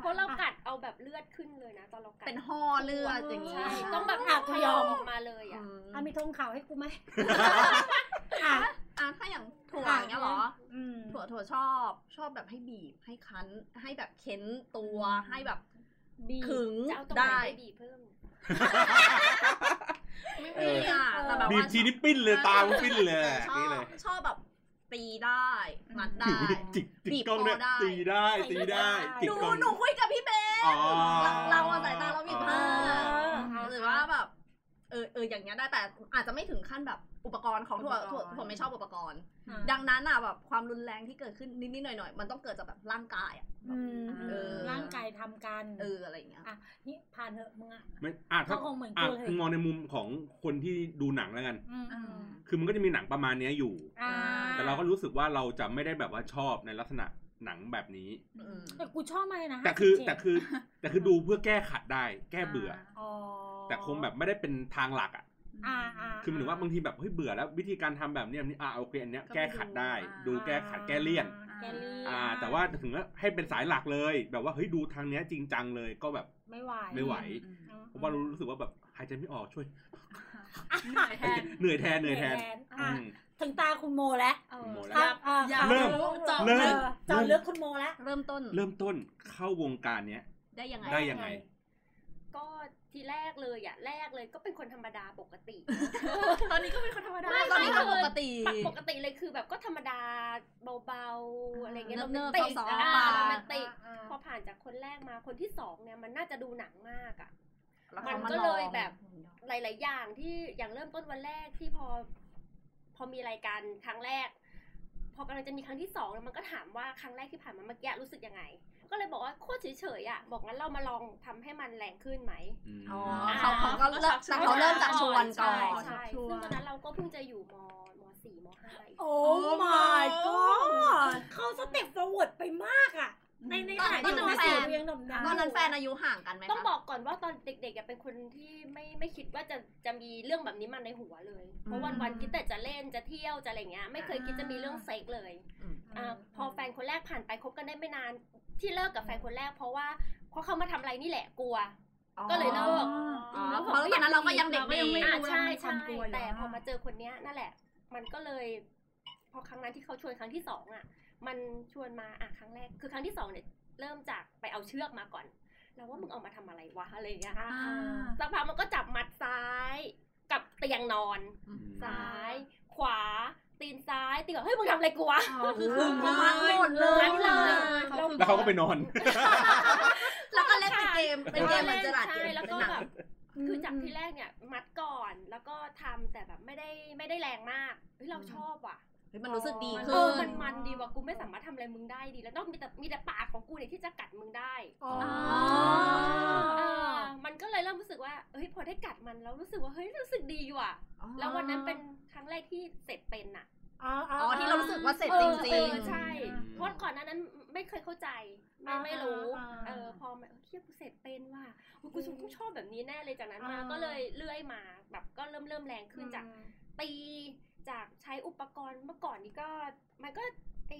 [SPEAKER 6] เพราะเรากัดเอาแบบเลือดขึ้นเลยนะ ตอนเรากัด
[SPEAKER 3] เป็นห่อเลือดอย่างนี้
[SPEAKER 6] ใช่
[SPEAKER 2] ใช่
[SPEAKER 6] ต้องแบบ
[SPEAKER 2] อ่ะกูยอม
[SPEAKER 6] ออกมาเลย
[SPEAKER 3] อื
[SPEAKER 6] อ่ะ
[SPEAKER 3] ม
[SPEAKER 2] อ่ะมีธงขาวให้กูไหมอ่ะ
[SPEAKER 3] อ่ะถ้าอย่างถั่วอย่างเงี้ยเหรอ
[SPEAKER 2] อืม
[SPEAKER 3] ถั่วถั่วชอบ ชอบแบบให้บีบให้คั้น ให้แบบเค้นตัวให้แบบ
[SPEAKER 2] บีบ
[SPEAKER 3] ขึง
[SPEAKER 6] จะเอาตรงไหน
[SPEAKER 3] ได้
[SPEAKER 6] ไปบีบเพิ่ม
[SPEAKER 3] ไม่มีอ่ะแต่แบบ
[SPEAKER 5] บีบ
[SPEAKER 3] ว่า
[SPEAKER 5] ทีนี่ปิ้นเลยตามันปิ้นเลย
[SPEAKER 3] เออชอ
[SPEAKER 5] นี่
[SPEAKER 3] บ
[SPEAKER 5] เลย
[SPEAKER 3] ชอบแบบตีได้มัดได้
[SPEAKER 5] จิกจิกจิกกล้องด้วย
[SPEAKER 3] บีบคอได้
[SPEAKER 5] ตีได้ตีได้จิก
[SPEAKER 3] หนู
[SPEAKER 5] กล้อง
[SPEAKER 3] หนูคุยกับพี่เบน
[SPEAKER 5] อ๋อ
[SPEAKER 3] เราอะสายตาเราบีบ
[SPEAKER 2] เอ
[SPEAKER 3] ผ้า
[SPEAKER 2] อ
[SPEAKER 3] หรือว่าแบบเออเอออย่างเงี้ยได้แต่อาจจะไม่ถึงขั้นแบบอุปกรณ์ของถั่วถั่วถั่วไม่ชอบอุปกรณ์ ดังนั้นอ่ะแบบความรุนแรงที่เกิดขึ้นนิดๆหน่อยๆมันต้องเกิดจากแบบร่างกายอ่ะแบบ
[SPEAKER 2] อืม
[SPEAKER 3] เออ
[SPEAKER 2] ร่างกายทำกัน
[SPEAKER 3] เอออะไรอย่างเงี้ย
[SPEAKER 2] นี่ผ่านเถอะมึงอ่ะ
[SPEAKER 5] ไม่อ่ะ
[SPEAKER 2] ก็
[SPEAKER 5] ถ้า
[SPEAKER 2] คงเหมือน
[SPEAKER 5] อ่ะ
[SPEAKER 2] กูเลย
[SPEAKER 5] มองในมุมของคนที่ดูหนังแล้วกัน
[SPEAKER 2] อืมอืม
[SPEAKER 5] คือมันก็จะมีหนังประมาณเนี้ยอยู่
[SPEAKER 2] อ่า
[SPEAKER 5] แต่เราก็รู้สึกว่าเราจะไม่ได้แบบว่าชอบในลักษณะหนังแบบนี้
[SPEAKER 3] อืม
[SPEAKER 2] แต่กูชอบมากเลยนะ
[SPEAKER 5] แต่คือ
[SPEAKER 2] 57
[SPEAKER 5] แต่คือแต่คือดูเพื่อแก้ขัดได้ แก้เบื่อ
[SPEAKER 2] อ๋อ
[SPEAKER 5] แต่คงแบบไม่ได้เป็นทางหลักอ่ะ
[SPEAKER 2] อ่าอ่า
[SPEAKER 5] คือหมายถึงว่าบางทีแบบเฮ้ยเบื่อแล้ววิธีการทำแบบเนี้ยนี่อ่ะโอเคอันเนี้ยแก้ขัดได้ ดูแก้ขัดแก้เลี่ยน
[SPEAKER 2] แกเลี่ยน
[SPEAKER 5] อ่าแต่ว่าถึงว่าให้เป็นสายหลักเลย แบบว่าเฮ้ยดูทางเนี้ยจริงจังเลยก็แบบ
[SPEAKER 2] ไม่ไหว
[SPEAKER 5] ไม่ไหว
[SPEAKER 2] อืม
[SPEAKER 5] เพราะว่ารู้สึกว่าแบบหายใจไม่ออกช่วย
[SPEAKER 1] เหนื่อยแทน
[SPEAKER 5] เหนื่อยแทนเหนื่อยแทน
[SPEAKER 2] อ่ะ
[SPEAKER 5] อืม
[SPEAKER 2] ถึงตาคุณโมแล้ว
[SPEAKER 5] โมแล้
[SPEAKER 2] ค
[SPEAKER 5] อ่ะ
[SPEAKER 2] รับอ่ะ
[SPEAKER 1] อยาก
[SPEAKER 5] เริ่ม
[SPEAKER 1] เจาะ
[SPEAKER 5] เริ่ม
[SPEAKER 2] เจอดเลือกคุณโมแล้ว
[SPEAKER 3] เริ่มต้น
[SPEAKER 5] เริ่มต้นเข้าวงการเนี้ย
[SPEAKER 3] ได้ยังไง
[SPEAKER 5] ได้ยังไง
[SPEAKER 6] ก็ทีแรกเลยอ่ะแรกเลยก็เป็นคนธรรมดาปกติ
[SPEAKER 1] ตอนนี้ก็เป็นคนธรรมดา
[SPEAKER 6] ไม่
[SPEAKER 3] ตอนนี้ก็ปกติ
[SPEAKER 6] ปกติเลยคือแบบก็ธรรมดาเบาๆอะไรเงี้ย
[SPEAKER 3] เนิบๆ
[SPEAKER 6] ติ
[SPEAKER 3] ซอฟต์ๆ
[SPEAKER 6] อ่าโรแมนติก
[SPEAKER 2] อ่า
[SPEAKER 6] พอผ่านจากคนแรกมาคนที่สองเนี่ยมันน่าจะดูหนังมากอ่ะ
[SPEAKER 3] แล้ว
[SPEAKER 6] มัน
[SPEAKER 3] ขาา
[SPEAKER 6] ก็เลย
[SPEAKER 3] อง
[SPEAKER 6] แบบ หลายๆอย่างที่อย่างเริ่มต้นวันแรกที่พอ พอมีรายการครั้งแรก พอกำลังจะมีครั้งที่สองแล้วมันก็ถามว่าครั้งแรกที่ผ่านมาเมื่อกี้รู้สึกยังไง ก็เลยบอกว่าโคตรเฉยๆอ่ะบอกงั้นเรามาลองทำให้มันแรงขึ้นไหม
[SPEAKER 3] อ๋อ
[SPEAKER 6] อ่า
[SPEAKER 3] เขาเขาก็เริ่มแต่เขาเริ่มจากชวนก่อน
[SPEAKER 6] ใช่
[SPEAKER 1] ชัวร์
[SPEAKER 6] ซึ่งตอนนั้นเราก็เพิ่งจะอยู่มมสี่มห้า
[SPEAKER 2] โอ้
[SPEAKER 1] Oh
[SPEAKER 2] my
[SPEAKER 1] my
[SPEAKER 2] god
[SPEAKER 1] god
[SPEAKER 2] เขาสเต็ปฟอร์เวิร์ดไปมากอ่ะ ในในขณะที่
[SPEAKER 3] ต
[SPEAKER 2] น้
[SPEAKER 3] อ
[SPEAKER 2] อน ง
[SPEAKER 3] นั้น
[SPEAKER 2] แฟนยังหนุ่ม
[SPEAKER 3] ตอน
[SPEAKER 2] ๆ
[SPEAKER 3] นั้นแฟนอายุห่างกันไหมคะ
[SPEAKER 6] ต้องบอกก่อนว่าตอนเด็กๆอะเป็นคนที่ไม่ไม่คิดว่าจะจะมีเรื่องแบบนี้มาในหัวเลย เพราะวันวันๆคิดแต่จะเล่นจะเที่ยวจะอะไรเงี้ยไม่เคยคิดจะมีเรื่องเซ็กเลย
[SPEAKER 3] อืม
[SPEAKER 6] อ่าพอแฟนคนแรกผ่านไปคบกันได้ไม่นานที่เลิกกับแฟนคนแรก เพราะว่าเพราะเขามาทำอะไรนี่แหละกลัว ก็เลยเลิก
[SPEAKER 3] อ๋อเพราะตอนนั้นเราก็ยังเด็ก
[SPEAKER 1] เราก็ยังไม่
[SPEAKER 6] อ่า
[SPEAKER 1] รู้
[SPEAKER 6] ใช่
[SPEAKER 1] ว่ามันมีควา
[SPEAKER 6] ใช่
[SPEAKER 1] มกลัวอยู่
[SPEAKER 6] แต่
[SPEAKER 1] บ้าง
[SPEAKER 6] พอมาเจอคนเนี้ยนั่นแหละ มันก็เลย พอครั้งนั้นที่เขาชวนครั้งที่สองอ่ะ มันชวนมาอ่ะครั้งแรก คือครั้งที่สองเนี่ยเริ่มจากไปเอาเชือกมาก่อน แล้วว่ามึงเอามาทำอะไรวะอะไรอย่างเงี้ย
[SPEAKER 2] อ่า
[SPEAKER 6] สักพักมันก็จับมัดซ้ายกับเตียงนอน ซ้าย ขวา ตีนซ้ายตีนขวาเฮ้ยมึงทำอะไรกูวะ
[SPEAKER 1] คือคือ
[SPEAKER 3] คือมัดหมดเล
[SPEAKER 6] มั
[SPEAKER 3] ย
[SPEAKER 6] ดเลย
[SPEAKER 5] แล้วเขาก็ไปนอน
[SPEAKER 3] แล้วก็เล่นเป็นเกม เป็นเกมเหมือนจะหลัดเก
[SPEAKER 6] ใช่
[SPEAKER 3] ม
[SPEAKER 6] แล้วก็
[SPEAKER 3] เป็นหนัง
[SPEAKER 6] แบบ คือจากที่แรกเนี่ยมัดก่อนแล้วก็ทำแต่แบบไม่ได้ไม่ได้แรงมากเฮ้ยเราชอบว่ะ
[SPEAKER 3] เฮ้ยมันรู้สึกดี
[SPEAKER 6] มัน
[SPEAKER 3] ขึ้
[SPEAKER 6] เออน มันมันดีว่ะกูไม่สามารถทำอะไรมึงได้ดี แล้วนอกมีแต่มีแต่ปากของกูเนี่ยที่จะกัดมึงได้
[SPEAKER 2] อ๋อ
[SPEAKER 6] เออมันก็เลยเริ่มรู้สึกว่าเฮ้ยพอได้กัดมันแล้วรู้สึกว่าเฮ้ยรู้สึกดีว่ะ แล้ววันนั้นเป็นครั้งแรกที่เสร็จเป็นน่ะ
[SPEAKER 2] อ๋ออ๋อ
[SPEAKER 3] อ๋อที่เรารู้สึกว่าเสร็จ
[SPEAKER 6] เอ
[SPEAKER 3] จ
[SPEAKER 6] อ
[SPEAKER 3] ริ
[SPEAKER 6] เอง อใช่
[SPEAKER 5] อืม
[SPEAKER 6] เพราะก่อนหนานั้นไม่เคยเข้าใจไม่ไม่รู้
[SPEAKER 2] อ่าอ่าอ่า
[SPEAKER 6] เออพอมาเออเฮียกูเสร็จเป็นว่ะโอ้ยกูชอบกูชอบแบบนี้แน่เลยจากนั้นมา
[SPEAKER 2] อ่า
[SPEAKER 6] ก็เลยเลื่อยมาแบบก็เริ่มเริ่มแรงขึ้นจาก ตีจากใช้อุปกรณ์เมื่อก่อนนี้ก็มันก็ไอ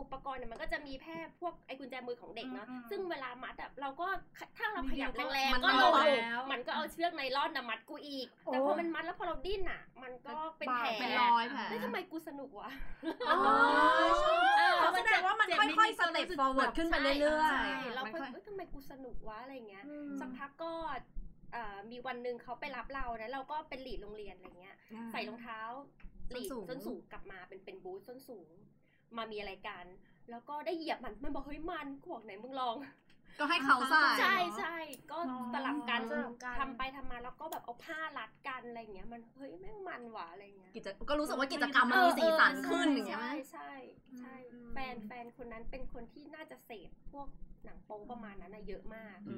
[SPEAKER 6] อุปกรณ์เนี่ยมันก็จะมีแพร่พวกไอกุญแจมือของเด็กเนาะ
[SPEAKER 2] อืมอืม
[SPEAKER 6] ซึ่งเวลามัดอะเราก็ถ้าเรา
[SPEAKER 1] นิ
[SPEAKER 6] ข
[SPEAKER 1] ดเดี
[SPEAKER 6] ยั
[SPEAKER 1] ย
[SPEAKER 6] บ
[SPEAKER 1] วก็
[SPEAKER 6] แรง
[SPEAKER 1] มัน
[SPEAKER 6] ๆก็
[SPEAKER 1] เอา
[SPEAKER 6] ลง
[SPEAKER 1] แล้ว
[SPEAKER 6] มันก็เอาเชือกไนล่อนน่ะมัดกูอีก แต่พอมันมัดแล้วพอเราดิ้นอะมัน มันก็เป็นแผล
[SPEAKER 3] เป็นรอยแผล
[SPEAKER 6] เฮ้ยทำไมกูสนุกวะ
[SPEAKER 3] อ๋อใช่
[SPEAKER 6] เออ
[SPEAKER 3] แสดงว่ามัน
[SPEAKER 1] เจ็บ
[SPEAKER 3] ค่อยๆ
[SPEAKER 1] ดๆ
[SPEAKER 3] step forward ขึ้นไปเรื่อยๆ
[SPEAKER 6] ใช่เรา
[SPEAKER 3] มัน
[SPEAKER 6] ก็
[SPEAKER 3] ค่อย
[SPEAKER 6] เอ้ยทำไมกูสนุกวะอะไรอย่างเงี้ย
[SPEAKER 2] อืม
[SPEAKER 6] สักพักก็เอ่อมีวันหนึ่งเขาไปรับเรานะเราก็เป็นหลีดโรงเรียนอะไรเงี้ย ใส่รองเท้าหลีด
[SPEAKER 3] ส้นสูง
[SPEAKER 6] ส้นสูงกลับมาเป็นเป็นบูทส้นสูง มามีอะไรกัน แล้วก็ได้เหยียบมันมันบอกเฮ้ยมันขวกไหนมึงลอง
[SPEAKER 3] ก็ให้เขาใส่
[SPEAKER 6] ใช่ใช่ก็
[SPEAKER 1] อ๋อ
[SPEAKER 6] สลับกัน
[SPEAKER 2] สลับกัน
[SPEAKER 6] ทำไปทำมาแล้วก็แบบเอาผ้ารัดกันอะไรเงี้ยมันเฮ้ยแม่งมันหวะอะไรเงี้ย
[SPEAKER 3] กิจก็รู้สึกว่ากิจกรรมมันมีสีสันขึ้นอย่างเงี้ยไหม
[SPEAKER 6] ใช่ใช่ใช่
[SPEAKER 3] อืม
[SPEAKER 6] แฟนแฟนคนนั้นเป็นคนที่น่าจะเสพพวกหนังโป๊ประมาณนั้นนะเยอะมาก
[SPEAKER 3] อื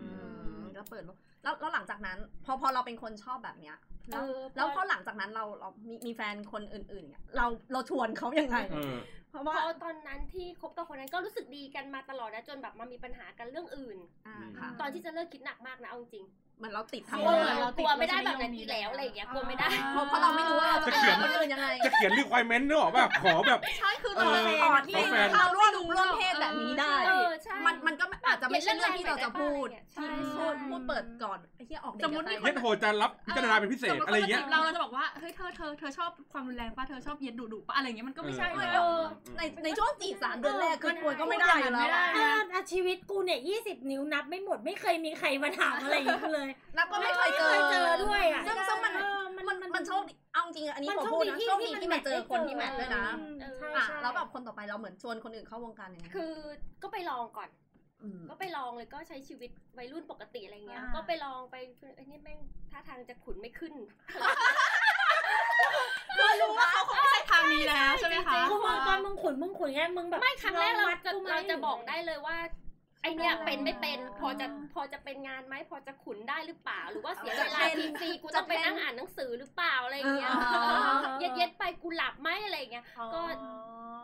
[SPEAKER 3] มก็เปิดโลกแล้วแล้วหลังจากนั้น พอพอเราเป็นคนชอบแบบเนี้ย แล้ว
[SPEAKER 6] เออ
[SPEAKER 3] แล้วพ
[SPEAKER 6] พ
[SPEAKER 3] อ
[SPEAKER 6] อ
[SPEAKER 3] หลังจากนั้นเราเรามีมีแฟนคนอื่นๆเนี่ยเราเราชวนเขายังไง
[SPEAKER 5] เออ
[SPEAKER 3] เพราะ
[SPEAKER 6] พ
[SPEAKER 3] ว่า
[SPEAKER 6] อตอนนั้นที่คบกับคนนั้นก็รู้สึกดีกันมาตลอดนะจนแบบมามีปัญหากันเรื่องอื่น
[SPEAKER 3] อ่า
[SPEAKER 5] อืม
[SPEAKER 3] ค่ะ
[SPEAKER 6] ตอนที่จะเลิกคิดหนักมากนะเอาจริง
[SPEAKER 3] เหมือนเราติด
[SPEAKER 6] อ
[SPEAKER 3] ทั้ง
[SPEAKER 6] อ
[SPEAKER 3] โลก
[SPEAKER 6] เราติดกลัวไม่ได้แบบนั้นอีกแล้วอะไรอย่างเงี้ยกลัวไม่ได้
[SPEAKER 3] เพราะเพราะเราไม่รู้ว่าเราจะ
[SPEAKER 5] จะเขียน
[SPEAKER 3] ไปคนอื่นยังไง
[SPEAKER 5] จะเขียนรีควอรี่เมนต์เนอะแบบขอแบบ
[SPEAKER 3] ใช่คือ
[SPEAKER 5] เอ
[SPEAKER 3] เรา
[SPEAKER 5] อ
[SPEAKER 3] เป็นอ่อนที่
[SPEAKER 5] แฟน
[SPEAKER 3] เราร่วมร่วมเพศแบบนี้ได้
[SPEAKER 6] เออใช่
[SPEAKER 3] มันมันก็อาจจะไม่ใช่เรื่องที่เราจะพูด
[SPEAKER 6] ใช่
[SPEAKER 3] ที่
[SPEAKER 6] ใช่
[SPEAKER 3] พูดพูดเปิดก่อนไอ้ที่ออกเด็ก
[SPEAKER 1] สมมุติมีค
[SPEAKER 5] เย็ดโหดจะรับพิจารณาเป็นพิเศษอะไรอย่างเงี้ย
[SPEAKER 1] เราเราจะบอกว่าเฮ้ยเธอเธอเธอชอบความรุนแรงป่ะเธอชอบเหย็นดุดุป่ะอะไรอย่างเงี้ยมันก็ไม่ใช่
[SPEAKER 5] เออ
[SPEAKER 1] แล้ว
[SPEAKER 3] ในในช่วงจีบสามเดือนแรกคือกลัวก็ไม่ได้อยู่แล้ว
[SPEAKER 1] ไม่ได้
[SPEAKER 3] อะ
[SPEAKER 2] อ่าอ่ะชีวิตกูเนี่ยยี่สิบนิ้วนับไม่หมดไม่เคยมีใครมาถามอะไรอย่างนี้กูเลย
[SPEAKER 3] แล้วก็ไม่เคยเจอ
[SPEAKER 2] ไม่เคยเจอด้วยอะ
[SPEAKER 3] ซึ่งซึ่งมัน
[SPEAKER 2] เออมั
[SPEAKER 3] มัน นมันโชคดีเอาจริงๆอันนี้
[SPEAKER 2] มัน
[SPEAKER 3] ผมพูดนะ
[SPEAKER 2] โช
[SPEAKER 3] โช
[SPEAKER 2] ค
[SPEAKER 3] ค
[SPEAKER 2] ดี
[SPEAKER 3] ดี
[SPEAKER 2] ที่
[SPEAKER 3] ที่
[SPEAKER 2] มั
[SPEAKER 3] มัน นเจอคน
[SPEAKER 2] แม
[SPEAKER 3] ที่
[SPEAKER 2] ท
[SPEAKER 3] แมท
[SPEAKER 2] ได้เจอ
[SPEAKER 3] ด้วยนะ
[SPEAKER 6] เออ
[SPEAKER 3] อ่ะ
[SPEAKER 6] ใช่
[SPEAKER 3] แล้วแบบคนต่อไปเราเหมือนชวนคนอื่นเข้าวงการยังไง
[SPEAKER 6] คือก็ไปลองก่อน
[SPEAKER 3] ม
[SPEAKER 6] ก็ไปลองเลยก็ใช้ชีวิตวัยรุ่นปกติอะไรเงี้ย
[SPEAKER 1] อ่า
[SPEAKER 6] ก็ไปลองไปไอ้นี่แม่งท่าทางจะขุนไม่ขึ้น
[SPEAKER 1] คือรู้ว่าเขาคงไม่ใช่ทางนี้แล้วใช่ไหมคะ
[SPEAKER 2] กูมองตอนมึงขุนมึงขุนไงมึงแบบ
[SPEAKER 6] ไม่ครั้งแรกเรา
[SPEAKER 2] มัด
[SPEAKER 6] จะ
[SPEAKER 2] กูไหม
[SPEAKER 6] เราจะบอกได้เลยว่าไอเนี้ยเป็นไม่เป็น
[SPEAKER 2] อ่า
[SPEAKER 6] พอจะพอจะเป็นงานไหมพอจะขุนได้หรือเปล่า หรือว่าเสียเว
[SPEAKER 3] จะ
[SPEAKER 6] ลา
[SPEAKER 3] เป็น
[SPEAKER 6] ทีซีกู
[SPEAKER 3] จะ
[SPEAKER 6] ต้องไปนั่งอ่านหนังสือหรือเปล่าอะไรเงี้ย
[SPEAKER 3] อ่า
[SPEAKER 6] เออเย็ดๆไปกูหลับไหมอะไรเงี้ย ก็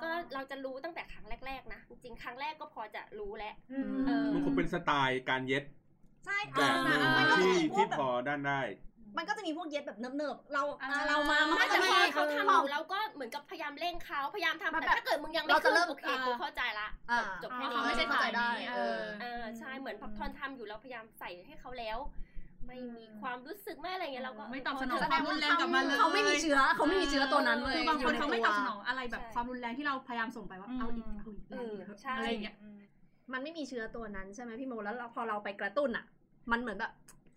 [SPEAKER 6] ก็เราจะรู้ตั้งแต่ครั้งแรกๆนะจริงๆครั้งแรกก็พอจะรู้แล้ว
[SPEAKER 2] อืม
[SPEAKER 6] เออ
[SPEAKER 5] มันคงเป็นสไตล์การเย็ด
[SPEAKER 3] ใช่
[SPEAKER 5] แบ
[SPEAKER 3] ค่ะ
[SPEAKER 5] บหนึง
[SPEAKER 3] มันก็จะ
[SPEAKER 5] ที่
[SPEAKER 3] มีพว
[SPEAKER 5] ที่
[SPEAKER 3] กแบบ
[SPEAKER 5] พอด้านได้
[SPEAKER 3] มันก็จะมีพวกเย็ดแบบเนิบๆเรา
[SPEAKER 1] อ่า
[SPEAKER 3] อ่ะเรามามัน
[SPEAKER 6] ไม่
[SPEAKER 3] ก็
[SPEAKER 6] แต่
[SPEAKER 3] จะ
[SPEAKER 6] พ
[SPEAKER 3] มี
[SPEAKER 6] อ
[SPEAKER 3] เขา
[SPEAKER 6] เขา
[SPEAKER 3] ท
[SPEAKER 6] ทำของเราก็เหมือนกับพยายามเร่งเขาพยายามทำ
[SPEAKER 3] มันแบ
[SPEAKER 6] แต่
[SPEAKER 3] บ
[SPEAKER 6] ถ้าเกิดมึงยังไม่
[SPEAKER 3] เราจะ
[SPEAKER 6] ขึ้น
[SPEAKER 3] เริ่ม
[SPEAKER 6] โอเค
[SPEAKER 3] อ่า
[SPEAKER 6] กูเข้าใจละ
[SPEAKER 3] อ่า
[SPEAKER 6] จบจ
[SPEAKER 1] เพ
[SPEAKER 6] บ
[SPEAKER 1] ราะ
[SPEAKER 6] แค่นี้
[SPEAKER 1] เขาไม่ใช่ทางนี้เออ
[SPEAKER 6] เออใช่เหมือนพักทอนทำอยู่เราพยายามใส่ให้เขาแล้ว ไม่มีความรู้สึกไม่อะไรเงี้ยเราก็
[SPEAKER 1] ไม่ตอบสนอง
[SPEAKER 6] แสดง
[SPEAKER 1] ควม
[SPEAKER 6] ว่า
[SPEAKER 1] นแรงกลับมาเลย
[SPEAKER 3] ำเขาไม่มีเชื้อเขาไม่มีเชื้อตัวนั้นเลย
[SPEAKER 1] คือบางคนเขาไม่ตอบสน
[SPEAKER 3] อ
[SPEAKER 1] องอะไรแบบ
[SPEAKER 6] ใช่
[SPEAKER 1] ความรุนแรงที่เราพยายามส่งไปว่าเอาอีกเอาอีก
[SPEAKER 6] เอ
[SPEAKER 1] เอา
[SPEAKER 6] อ
[SPEAKER 1] อีก
[SPEAKER 6] ใช่
[SPEAKER 1] อะไรอย่างเงี้ย
[SPEAKER 3] มันไม่มีเชื้อตัวนั้นใช่ไหมพี่โมแล้วเราพอเราไปกระตุ้นอ่ะ มันเหมือนแบบ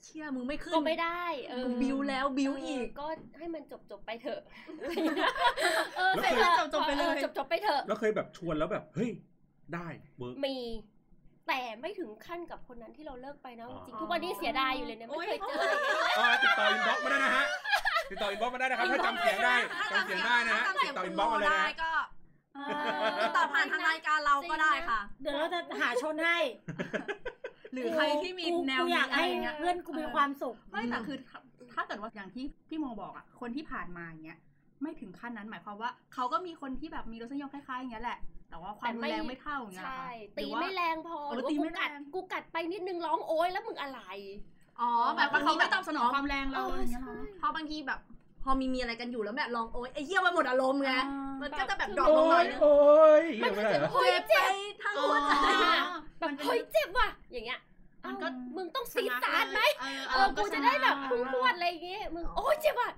[SPEAKER 3] เชื่อมึงไม่ขึ้น
[SPEAKER 6] ก็ไม่ได้เออ
[SPEAKER 3] มึงบิวแล้วบิว
[SPEAKER 6] เ
[SPEAKER 3] อีก
[SPEAKER 6] ก็ให้มันจบจบๆไปเถ อะเออ
[SPEAKER 5] แล้ว
[SPEAKER 6] เสร็จ
[SPEAKER 5] เคย
[SPEAKER 6] แล้ว
[SPEAKER 1] จบๆไปเลย
[SPEAKER 6] ออจบจบๆไปเถอะ
[SPEAKER 5] แล้วเคยแบบชวนแล้วแบบเฮ้ยได้เวิร์ก
[SPEAKER 6] มีแต่ไม่ถึงขั้นกับคนนั้นที่เราเลิกไปนะ
[SPEAKER 5] อ๋อ
[SPEAKER 6] จริงๆทุกวันนี้เสียดายอยู่เลยเนี่ยไม่เคยเจอเลย
[SPEAKER 5] เออติดต่ออินบ็อกมาได้นะฮะ ติดต่ออินบ็อกมาได้นะครับถ้าจำเสียงได้จำเสียงได้นะฮะ
[SPEAKER 3] ถ้าจำ
[SPEAKER 5] ติ
[SPEAKER 3] เสียง
[SPEAKER 5] ดต่อ
[SPEAKER 3] คุ
[SPEAKER 5] อิ
[SPEAKER 3] ณ
[SPEAKER 5] น
[SPEAKER 3] โม
[SPEAKER 5] บ็อกมาเลย
[SPEAKER 3] ได้
[SPEAKER 5] นะ
[SPEAKER 3] ก็
[SPEAKER 2] เออ
[SPEAKER 3] ติดต่อผ่านทางรายการเราก็ได้ค่ะ
[SPEAKER 2] เดี๋ยวเราจะหาชนให้
[SPEAKER 1] หรือใครที่มี
[SPEAKER 2] กู
[SPEAKER 1] แนว
[SPEAKER 2] กูอ
[SPEAKER 1] นี้
[SPEAKER 2] ยาก
[SPEAKER 1] อะไร
[SPEAKER 2] ให้
[SPEAKER 1] อย่างเงี้ย
[SPEAKER 2] เพื่อนกูมีความสุข
[SPEAKER 1] ไม่แต่คือถ้าถ้าเกิดว่าอย่างที่พี่โมบอกอะคนที่ผ่านมาอย่างเงี้ยไม่ถึงขั้นนั้นหมายความว่าเขาก็มีคนที่แบบมีรสนิยมคล้ายๆอย่างเงี้ยแหละ แต่ว่าความรุนแรง
[SPEAKER 6] แต่ไม่
[SPEAKER 1] ไม่เท่าอย่างเงี้ย
[SPEAKER 6] ใช่
[SPEAKER 1] หรื
[SPEAKER 6] ตี
[SPEAKER 1] อว่า
[SPEAKER 6] ไม่แรงพอ
[SPEAKER 1] เอ
[SPEAKER 6] ห
[SPEAKER 1] อ
[SPEAKER 6] รือ
[SPEAKER 1] ตี
[SPEAKER 6] ว่า
[SPEAKER 1] ไม่
[SPEAKER 6] กูกัด
[SPEAKER 1] แรง
[SPEAKER 6] กูกัดไปนิดนึงร้องโอ๊ยแล้วมึงอะไร
[SPEAKER 3] อ๋อ
[SPEAKER 1] แบ
[SPEAKER 3] แบ
[SPEAKER 1] บบ
[SPEAKER 3] บา
[SPEAKER 1] ว่าง เขา
[SPEAKER 3] ที
[SPEAKER 1] ไม่ตอบสนองความแรงเราอะไรอย่างเงี้ยนะ
[SPEAKER 3] พอบางทีแบบ พอมีมีอะไรกันอยู่แล้วแบบลองโอ๊ยไอ้เหี้ยมันหมดอารมณ์ไงมันก็จะแบบดรอปลงหน่อยนึง
[SPEAKER 5] โอ้ย
[SPEAKER 6] มัน
[SPEAKER 5] ไม่
[SPEAKER 6] ก็
[SPEAKER 5] ได้
[SPEAKER 6] จะ
[SPEAKER 5] เหรอ
[SPEAKER 6] เฮ้ย
[SPEAKER 3] เจ็บไป
[SPEAKER 6] เจ็บ
[SPEAKER 3] ทั้ง
[SPEAKER 1] อ๋อ
[SPEAKER 3] หัวใจ
[SPEAKER 6] แบบเฮ้ยเจ็บว่ะอย่างเงี้ย
[SPEAKER 1] มั
[SPEAKER 6] เอ้าน
[SPEAKER 1] ก็
[SPEAKER 6] มึงต้องซีดสารไหม
[SPEAKER 1] เออ
[SPEAKER 6] เอ
[SPEAKER 1] เอ
[SPEAKER 6] อ
[SPEAKER 1] อ
[SPEAKER 6] กูจะได้แบบพุ่งพรวดอะไรอย่างเงี้ยมึงโอ๊ยเจ็บว่ะ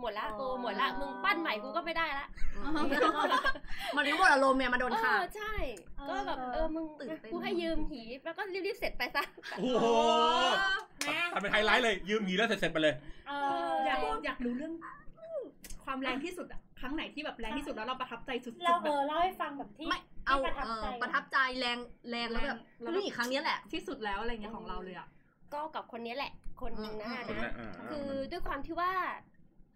[SPEAKER 6] หมดละกูหมดละมึงปั้นใหม่กูก็ไม่ได้ละ
[SPEAKER 3] มันไม่หมดอารมณ์เนี่ยมาโดน
[SPEAKER 6] เอ
[SPEAKER 3] ขา
[SPEAKER 6] อ
[SPEAKER 3] ด
[SPEAKER 6] ใช่ ก็แบบเออมึง
[SPEAKER 3] ตื่นเต้น
[SPEAKER 6] กูให้ยืมหีแล้วก็รีบๆเสร็จไปซะ
[SPEAKER 5] โอ้โหทำเป็นไฮไลท์เลย ยืมหนีแล้วเสร็จๆไปเลย
[SPEAKER 2] เอ
[SPEAKER 6] อ
[SPEAKER 2] อย
[SPEAKER 1] อากอยากรู้เรื่อง ความแรงที่สุดอะครั้งไหนที่แบบแรงที่สุดแล้วเราประทับใจสุดๆ
[SPEAKER 2] เรา
[SPEAKER 1] แบ
[SPEAKER 2] เอบ อเล่าให้ฟังแบบที่
[SPEAKER 3] ไม่เอา
[SPEAKER 2] ประทับ
[SPEAKER 3] เออ
[SPEAKER 2] ใจ
[SPEAKER 3] ประทับใจแรงแรงแล้วแบบนี่ครั้งเนี้ยแหละ
[SPEAKER 1] ที่สุดแล้วอะไรเงี้ยของเราเลยอะ
[SPEAKER 6] ก็กับคนนี้แหละ คนหนึงนะ
[SPEAKER 3] อืม
[SPEAKER 5] คน
[SPEAKER 6] นะ
[SPEAKER 5] ละอ่า
[SPEAKER 6] คือด้วยความที่ว่า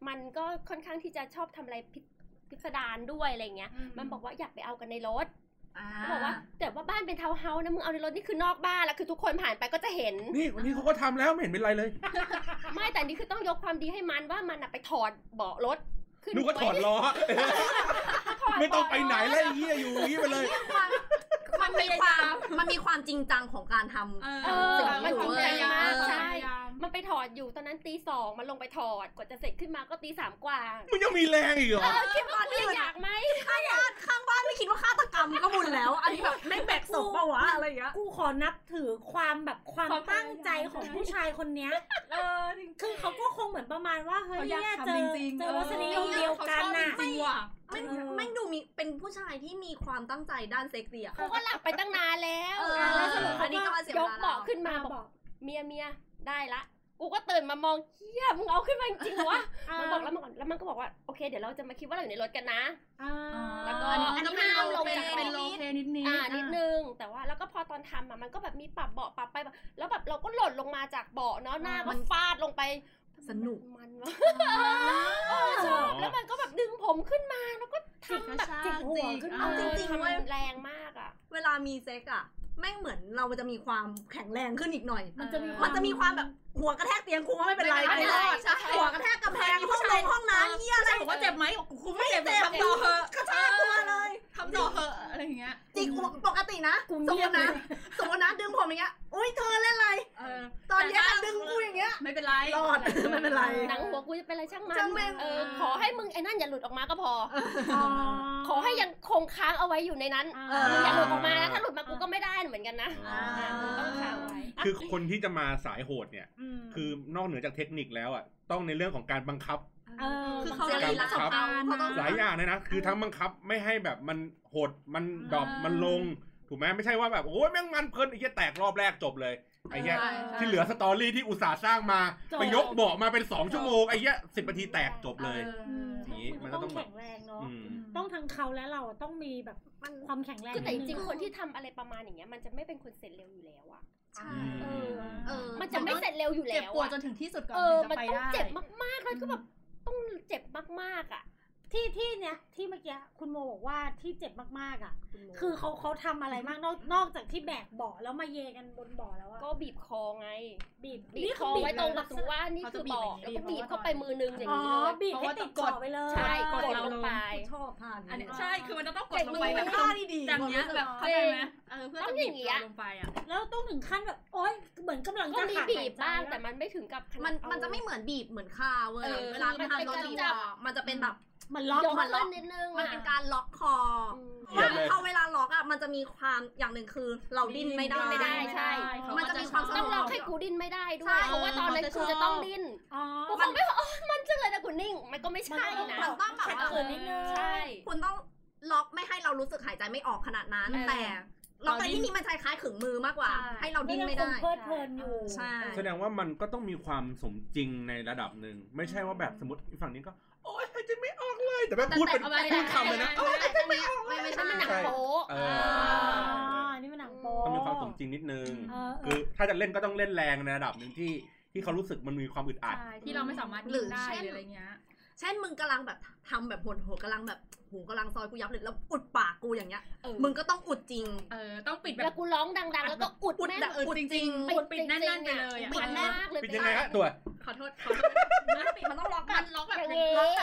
[SPEAKER 6] มันก็ค่อนข้างที่จะชอบทำอะไรพิพิสดารด้วยอะไรเงี้ย มันบอกว่าอยากไปเอากันในรถมันบอกว่าแต่ว่าบ้านเป็นทาวน์เฮาส์นะมึงเอาในรถนี่คือนอกบ้านแล้วคือทุกคนผ่านไปก็จะเห็น
[SPEAKER 5] นี่วันนี้เขาก็ทำแล้วไม่เห็นเป็นไรเลย
[SPEAKER 6] ไม่แต่นี่คือต้องยกความดีให้มันว่ามันน่ะไปถอดเบาะรถขึ้น
[SPEAKER 5] นึกว่าถอดล้อ
[SPEAKER 6] ถดเบาะ
[SPEAKER 5] ไม่ต้องไปไหนแล้วไอ้เหี้ยอยู่อย่างนี้ไปเลย
[SPEAKER 3] ความมันมีความมันมีความจริงจังของการทำ
[SPEAKER 1] เออ
[SPEAKER 6] เออ
[SPEAKER 3] สิ่ง
[SPEAKER 6] มัน
[SPEAKER 3] ที่อยู่
[SPEAKER 6] ทำ
[SPEAKER 3] เลยเออ
[SPEAKER 6] ใจมากใช่ มันไปถอดอยู่ตอนนั้นตีสองมันลงไปถอดกว่าจะเสร็จขึ้นมาก็ตีสามกว่า
[SPEAKER 5] มึงยังมีแรงอีกเหรอ
[SPEAKER 6] เออคิดว่าจะอยากไหม
[SPEAKER 3] ข้างบ้านข้างบ้านไม่คิดว่าฆาตกรรมก็บุญแล้ว อันนี้แบบไม่งแบกศพปะวะอะไรอย่างเงี้ย
[SPEAKER 2] กูขอนับถือความแบบความ
[SPEAKER 1] ความ
[SPEAKER 2] ตั้งใจข
[SPEAKER 1] พยายาม
[SPEAKER 2] องผู้ชายคนเนี้ย
[SPEAKER 1] เออจริง
[SPEAKER 2] คือเขาก็คงเหมือนประมาณว่าเฮ้ย
[SPEAKER 1] เขาอยาก
[SPEAKER 2] เนี่ยเจอ
[SPEAKER 1] ทำจริงๆ
[SPEAKER 2] เจอ
[SPEAKER 1] เออ
[SPEAKER 2] รสนิยมเดียวกันน่ะ
[SPEAKER 1] จริงว่ะ
[SPEAKER 3] ไม่
[SPEAKER 2] เออ
[SPEAKER 3] ไม่งดูมีเป็นผู้ชายที่มีความตั้งใจด้านเซ็กซี่อะ
[SPEAKER 6] เขาก็หลับไปตั้งนานแล้ว
[SPEAKER 3] เออ
[SPEAKER 6] แล้วสรุป
[SPEAKER 3] อันนี้ก็มาเสียเวย ลา
[SPEAKER 6] กเบาะขึ้นมาบอกเมียเมียได้ละกูก็ตื่นมามองเฮียมึงเอาขึ้นมาจริงๆเหรอวะมันบอกแล้วมันก่อนแล้วมันก็บอกว่าโอเคเดี๋ยวเราจะมาคิดว่าเราอยู่ในรถกันนะ
[SPEAKER 2] อ่า
[SPEAKER 6] แล้วก็
[SPEAKER 1] อันนี้อันนี้เป็น
[SPEAKER 6] ห้าม
[SPEAKER 1] โล
[SPEAKER 6] ลง
[SPEAKER 1] เป
[SPEAKER 6] จาก
[SPEAKER 1] เป็นโลเปนิดนิด
[SPEAKER 6] อ่านิดนึงแต่ว่าแล้วก็พอตอนทำอ่ะมันก็แบบมีปรับเบาะปรับไปปรับแล้วแบบเราก็หล่นลงมาจากเบาะเนาะหน้าก็ฟาดลงไป
[SPEAKER 3] สนุก
[SPEAKER 6] มันวะเออชอบแล้วมันก็แบบดึงผมขึ้นมาแล้วก็ทำแบบ
[SPEAKER 2] จิกหัวขึ้นมา
[SPEAKER 3] เอาจริงๆเว้ย
[SPEAKER 6] ทำแรงมากอ่ะ
[SPEAKER 3] เวลามีเซ็กอะแม่งเหมือนเราจะมีความแข็งแรงขึ้นอีกหน่อย
[SPEAKER 2] มันจะมี
[SPEAKER 3] มันจะมีความแบบหัวกระแทกเตียงกูก็ไม่เป็นไร
[SPEAKER 6] ไม่เป็นไร
[SPEAKER 3] ไม่รอด
[SPEAKER 6] ใช่
[SPEAKER 3] หัวกระแทกกำแพงห้องลงห้องน้ำเยี่ยอะไร
[SPEAKER 1] ใช่ผมว่าเจ็บไหมกูไม่เจ็บ
[SPEAKER 3] เจ็บ
[SPEAKER 1] ทำต่อเหอะ
[SPEAKER 3] กระชากตัวเลย
[SPEAKER 1] ทำต่อเหอะอะไรอย่างเงี้ย
[SPEAKER 3] จิกหัวปกตินะ
[SPEAKER 2] กู
[SPEAKER 3] สม
[SPEAKER 2] เงี
[SPEAKER 3] ม
[SPEAKER 2] ยบ
[SPEAKER 3] ติ
[SPEAKER 2] เล
[SPEAKER 3] นะ
[SPEAKER 2] ย
[SPEAKER 3] สมมตินะดึงผมอย่างเงี้ยอุ้ยเธอเล่นอะไร
[SPEAKER 1] เออ
[SPEAKER 3] ตอนแยกกันดึงกูอย่างเงี้ย
[SPEAKER 1] ไม่เป็นไร
[SPEAKER 3] รอดไม่เป็นไร
[SPEAKER 6] หนังหัวกูจะเป็นอะไรช่างมัน
[SPEAKER 3] ช่างแม่ง
[SPEAKER 6] เออขอให้มึงไอ้นั่นอย่าหลุดออกมาก็พอ
[SPEAKER 2] อ๋อ
[SPEAKER 6] ขอให้ยังคงค้างเอาไว้อยู่ในนั้น
[SPEAKER 2] อ่า
[SPEAKER 6] มึงอย่าหลุดออกมานะถ้าหลุดมากูก็ไม่ได้เหมือนกันนะ
[SPEAKER 5] อ่า
[SPEAKER 6] อ่ามึงต้องค้างไว้
[SPEAKER 5] คือคนที่จะมาสายโหดเนี่ย
[SPEAKER 2] อืม
[SPEAKER 5] คือนอกเหนือจากเทคนิคแล้วอ่ะ ต้องในเรื่องของการบังคับ
[SPEAKER 2] เออ
[SPEAKER 3] คือ
[SPEAKER 5] เขา
[SPEAKER 3] เขา
[SPEAKER 5] สรี
[SPEAKER 3] ลี
[SPEAKER 5] ระ
[SPEAKER 3] ระ
[SPEAKER 5] ข
[SPEAKER 3] ข
[SPEAKER 5] อ
[SPEAKER 3] องงเรา
[SPEAKER 1] เขา
[SPEAKER 5] เรา
[SPEAKER 3] เขา
[SPEAKER 1] ต้
[SPEAKER 3] ต้
[SPEAKER 1] อ
[SPEAKER 3] อง ง
[SPEAKER 5] หลายอย่างเลยนะ คือทั้งบังคับไม่ให้แบบมันโหด มันดรอป
[SPEAKER 1] อ่ามั
[SPEAKER 5] มันลง ถูกไหมไม่ใช่ว่าแบบ โอ้ยแม่งมันเพลินไอ้แค่แตกรอบแรกจบเลย ไอ้แค่
[SPEAKER 1] ใช่
[SPEAKER 5] ที่เหลือสตอรี่ที่อุตส่าห์สร้างมา
[SPEAKER 2] จบ
[SPEAKER 5] ไปยกเบาะมาเป็นสองชั่วโมงไอ้แค่สิบนาทีแตกจบเลย
[SPEAKER 1] อออ
[SPEAKER 2] ม
[SPEAKER 5] อย่างงี้มันก็
[SPEAKER 2] ก็
[SPEAKER 5] ต้
[SPEAKER 2] ต้
[SPEAKER 5] อ
[SPEAKER 2] อง ง
[SPEAKER 5] แบบ
[SPEAKER 2] แข็งแรงเนาะ
[SPEAKER 5] อืม
[SPEAKER 2] ต้องทั้งเขาและเราต้องมีแบบความแข็งแรง
[SPEAKER 6] คือแต่จ
[SPEAKER 2] นิ
[SPEAKER 6] ริ
[SPEAKER 2] ด
[SPEAKER 6] ง
[SPEAKER 2] นึ
[SPEAKER 6] ๆคนที่ทำอะไรประมาณอย่างเงี้ยมันจะไม่เป็นคนเสร็จเร็วอยู่แล้วอะ
[SPEAKER 3] ใช่
[SPEAKER 6] เออ
[SPEAKER 3] เออ
[SPEAKER 6] มันจะไม่เสร็จเร็วอยู่
[SPEAKER 1] เจ็บ
[SPEAKER 6] แล้ว
[SPEAKER 1] ปวด
[SPEAKER 6] อะ
[SPEAKER 1] จนถึงที่สุดก่อน
[SPEAKER 6] เออ
[SPEAKER 1] ถึง
[SPEAKER 6] มัน
[SPEAKER 1] จะไป
[SPEAKER 6] ต้อง
[SPEAKER 1] ได้
[SPEAKER 6] เจ็บมากๆแล้วก็แบบต้องเจ็บมากๆอะ
[SPEAKER 2] ที่ที่เนี้ยที่เมื่อกี้คุณโมบอกว่าที่เจ็บมากๆอ่ะ คือเขาเขาทำอะไรมากนอกนอกจากที่แบกเบาะแล้วมาเยกันบนเบาะแล้วอะ
[SPEAKER 6] ก็บีบคอไง
[SPEAKER 2] บีบ
[SPEAKER 6] บีบคอไว้ตรงแบบสมมติว่านี่
[SPEAKER 1] เขา
[SPEAKER 6] คื
[SPEAKER 1] จะ
[SPEAKER 6] อบอก
[SPEAKER 1] บีบอ
[SPEAKER 6] แล้ว
[SPEAKER 1] ย่างนี้
[SPEAKER 6] ก็บีบเข้าไปมือนึงอย่าง
[SPEAKER 2] อ๋อ
[SPEAKER 6] นี้เลย
[SPEAKER 2] บีบให้ติดเกาะไปเลย
[SPEAKER 6] ใช่
[SPEAKER 1] ก
[SPEAKER 6] ก
[SPEAKER 1] ด
[SPEAKER 6] ด
[SPEAKER 1] เรา
[SPEAKER 6] ล
[SPEAKER 1] ลง
[SPEAKER 6] งไป
[SPEAKER 3] ชอบผ่าน
[SPEAKER 1] อันนี้
[SPEAKER 3] เย
[SPEAKER 1] ใช่คือมันจะต้องกดลงไป
[SPEAKER 3] เป็น
[SPEAKER 1] แบบ
[SPEAKER 3] ท่าที่ดี
[SPEAKER 1] อย่างเงี้ยแบบเข้าใจไหมเออเพื่อ
[SPEAKER 6] ต้
[SPEAKER 1] จะ
[SPEAKER 6] องอ
[SPEAKER 1] บี
[SPEAKER 6] ย่า
[SPEAKER 1] บ
[SPEAKER 6] งเงี้ย
[SPEAKER 1] เราลงไปอ่ะ
[SPEAKER 2] แล้วต้องถึงขั้นแบบโอ๊ยเหมือนกำลัง
[SPEAKER 6] ก็
[SPEAKER 2] จะ
[SPEAKER 6] มี
[SPEAKER 2] ขาด
[SPEAKER 6] บี
[SPEAKER 2] หย
[SPEAKER 6] บ
[SPEAKER 2] ใจ
[SPEAKER 6] บ้างแต่
[SPEAKER 2] แล้ว
[SPEAKER 6] มันไม่ถึงกับขนาด
[SPEAKER 3] มัน
[SPEAKER 6] เอา
[SPEAKER 3] มันจะไม่เหมือนบีบเหมือนคาเว้ย
[SPEAKER 6] เออ
[SPEAKER 3] เวลาที่ทานรถ
[SPEAKER 6] มันเป็นการ
[SPEAKER 3] จักรยานมันจะเป็นแบบ
[SPEAKER 2] มันล็อก
[SPEAKER 6] ยก
[SPEAKER 3] มั
[SPEAKER 6] ขึ้
[SPEAKER 3] นล็อก
[SPEAKER 6] นนิดนึงอะ
[SPEAKER 3] มันเป็นการล็อกคอ
[SPEAKER 6] อืม
[SPEAKER 5] เหยียบเลย
[SPEAKER 3] พอเวลาล็อกอ่ะมันจะมีความอย่างหนึ่งคือ เราดิ้นไม่ได้
[SPEAKER 6] ไม่ได้ ใช่
[SPEAKER 3] มันจะมีความส
[SPEAKER 6] ต้
[SPEAKER 3] นุ
[SPEAKER 6] องล็อกให้กูดิ้นไม่ได้ด้
[SPEAKER 3] ใช่
[SPEAKER 6] วยเพราะว่าตอนนั้นกูจะต้องดิ้น
[SPEAKER 2] อ๋อ
[SPEAKER 6] กูคงไม่ว่าโอ๊ยมันจังเลยนะกูนิ่ง มันก็ไม่ใช่
[SPEAKER 2] มัน
[SPEAKER 6] นะ
[SPEAKER 2] ต้อน
[SPEAKER 3] มัต้องแบบว่า
[SPEAKER 2] เขินนิดนึง
[SPEAKER 6] ใช่
[SPEAKER 3] คุณต้องล็อกไม่ให้เรารู้สึกหายใจไม่ออกขนาดนั้น
[SPEAKER 6] เออ
[SPEAKER 3] แต่ล็อกใน
[SPEAKER 1] เราดิ้น
[SPEAKER 3] ที่นี้มันจะคล้ายๆขึงมือมากกว่า
[SPEAKER 6] ใช่
[SPEAKER 3] ให้เราดิ้นไม่
[SPEAKER 2] ก็
[SPEAKER 3] ได้
[SPEAKER 2] ยังคงเพลิดเพลินอยู่
[SPEAKER 3] ใช่
[SPEAKER 5] แสดงว่ามันก็ต้องมีความสมจริงในระดับหนึ่ง ไม่ใช่ว่าแบบสมมติอีกฝั่งนี้ก็ โอ๊ยหายใจไม่ออกเลย แต่แม่งพูดเป็น
[SPEAKER 6] แต่แต่
[SPEAKER 5] พูดคำเลยนะ
[SPEAKER 3] แต่ไม่ไม่ไม่
[SPEAKER 6] มั
[SPEAKER 3] ใช่
[SPEAKER 6] นเป็นหนังโป๊ะ
[SPEAKER 5] เออ
[SPEAKER 2] อ๋อ
[SPEAKER 6] า
[SPEAKER 2] นี่มันหนังโป๊
[SPEAKER 5] ต้องมีความสมจริงนิดนึง
[SPEAKER 2] เออเอ
[SPEAKER 5] คือ
[SPEAKER 2] อ
[SPEAKER 5] ถ้าจะเล่นก็ต้องเล่นแรงในระดับหนึ่งที่ที่เขารู้สึกมันมีความอึดอัด
[SPEAKER 1] ใช่ที่เราไม่สามารถดิ้นได้หรืออะไรเงี้ย
[SPEAKER 3] เช่นมึงกำลังแบบทำแบบหดหัวกำลังแบบหูกำลังซอยกูยับเลยแล้วอุดปากกูอย่างเงี้ย
[SPEAKER 6] เออ
[SPEAKER 3] มึงก็ต้องอุดจริง
[SPEAKER 1] เออต้องปิดแบ
[SPEAKER 6] แล้ว
[SPEAKER 1] บ
[SPEAKER 6] กูร้องดังๆ แล้วก็อุด
[SPEAKER 3] อุด
[SPEAKER 6] แม่ง
[SPEAKER 3] แบบอุดจริง
[SPEAKER 1] ปิดปิดแน่นๆไปเลยอ่ะ
[SPEAKER 6] ปิด
[SPEAKER 3] แน่
[SPEAKER 6] มาน กเลย
[SPEAKER 5] ปิดยังไงฮะตัว
[SPEAKER 1] ขอโทษขอโทษมันปิดมันต้องล็อกมันล็อกแบบล็อกแบ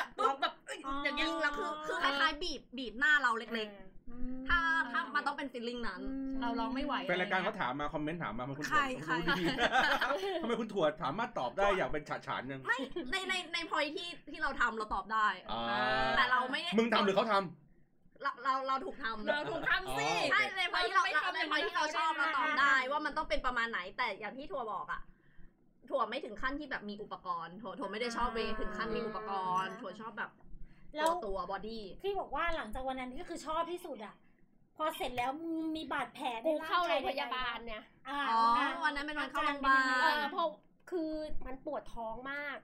[SPEAKER 1] บปุ๊บแบบอย่าง
[SPEAKER 3] จ
[SPEAKER 1] เงี้
[SPEAKER 3] ริ
[SPEAKER 1] ย
[SPEAKER 3] งแล้วคือคือคล้ายๆบีบบีบหน้าเราเล็ก
[SPEAKER 2] อืม
[SPEAKER 3] ๆ ถ้าถ้ามันต้องเป็นฟีลลิ่งนั้น
[SPEAKER 1] เราร้องไม่ไหว
[SPEAKER 5] แฟนรายการเขาถามมาคอมเมนต์ถามมาทำไมคุณ
[SPEAKER 3] ใคร
[SPEAKER 5] ถั่ว
[SPEAKER 3] ใคร
[SPEAKER 5] รู้วิธีทำไมคุณถั่วสามารถตอบได้อย่างเป็นฉะฉานยัง
[SPEAKER 3] ไม่ในในในพอยที่ที่เราทำเราตอบได้
[SPEAKER 5] อ่า
[SPEAKER 3] แต่เราไม่ได้
[SPEAKER 5] มึงทำหรือเขาทำ
[SPEAKER 3] เราเราเราถูกทำ
[SPEAKER 1] เราถูกทำสิ
[SPEAKER 3] ใช่ในพอยที่เรา
[SPEAKER 1] เราไม่ทำ
[SPEAKER 3] ในพอยที่เราชอบเราตอบได้
[SPEAKER 1] เราไม่ทำ
[SPEAKER 3] ว่ามันต้องเป็นประมาณไหนแต่อย่างที่ถั่วบอกอะถั่วไม่ถึงขั้นที่แบบมีอุปกรณ์ถั่วถั่วไม่ได้ชอบเวย์ถึงขั้นมีอุปกรณ์ถั่วชอบแบบ
[SPEAKER 2] แล้
[SPEAKER 3] ตัว วตัวบอดี้
[SPEAKER 2] ที่บอกว่าหลังจากวันนั้นก็คือชอบที่สุดอ่ะ พอเสร็จแล้วมีบาดแผลใน
[SPEAKER 6] กู
[SPEAKER 2] งกย
[SPEAKER 6] เข้าโรงพยาบาลเนี่ย
[SPEAKER 2] อ่า
[SPEAKER 3] อ๋อวันนั้นเป็นวันเข้าโรงพยาบาล
[SPEAKER 6] เออเพราะคือมันปวดท้องมาก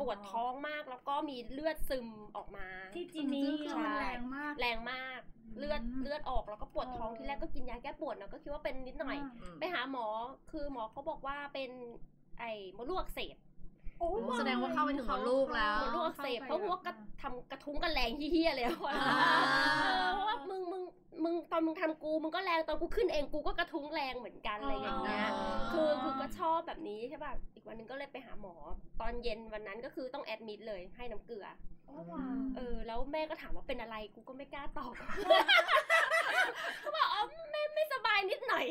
[SPEAKER 6] ปวดท้องมากแล้วก็มีเลือดซึมออกมา
[SPEAKER 2] ที่จีนี่
[SPEAKER 1] คือ
[SPEAKER 2] ใช่
[SPEAKER 1] มันแรงมาก
[SPEAKER 6] แรงมาก เลือดเลือดออกแล้วก็ปวดท้อง
[SPEAKER 2] เออ
[SPEAKER 6] ที่แรกก็กินยาแก้ปวดนะก็คิดว่าเป็นนิดหน่อย
[SPEAKER 3] อืม
[SPEAKER 6] ไปหาหมอคือหมอเขาบอกว่าเป็นไอ้มดลูกอักเสบ
[SPEAKER 2] โอ้ย
[SPEAKER 3] แสดงว่าเข้าไปถึงหมดลูกแล้ว
[SPEAKER 6] มดลูกอักเสบเพราะว่ากระทำกระทุ้งกันแรงเฮี้ยๆเลยเพราะว่า
[SPEAKER 3] อ่า
[SPEAKER 6] เพราะว่ามึงมึงมึงตอนมึงทำกูมึงก็แรงตอนกูขึ้นเองกูก็กระทุ้งแรงเหมือนกันอะไรอย่างเงี้ย คือคือก็ชอบแบบนี้ใช่ป่ะ อีกวันหนึงก็เลยไปหาหมอ ตอนเย็นวันนั้นก็คือต้องแอดมิดเลยให้น้ำเกลือ เออ แล้วแม่ก็ถามว่าเป็นอะไร กูก็ไม่กล้าตอบ ก็บอกอ๋อแม่ไม่สบายนิดหน่อย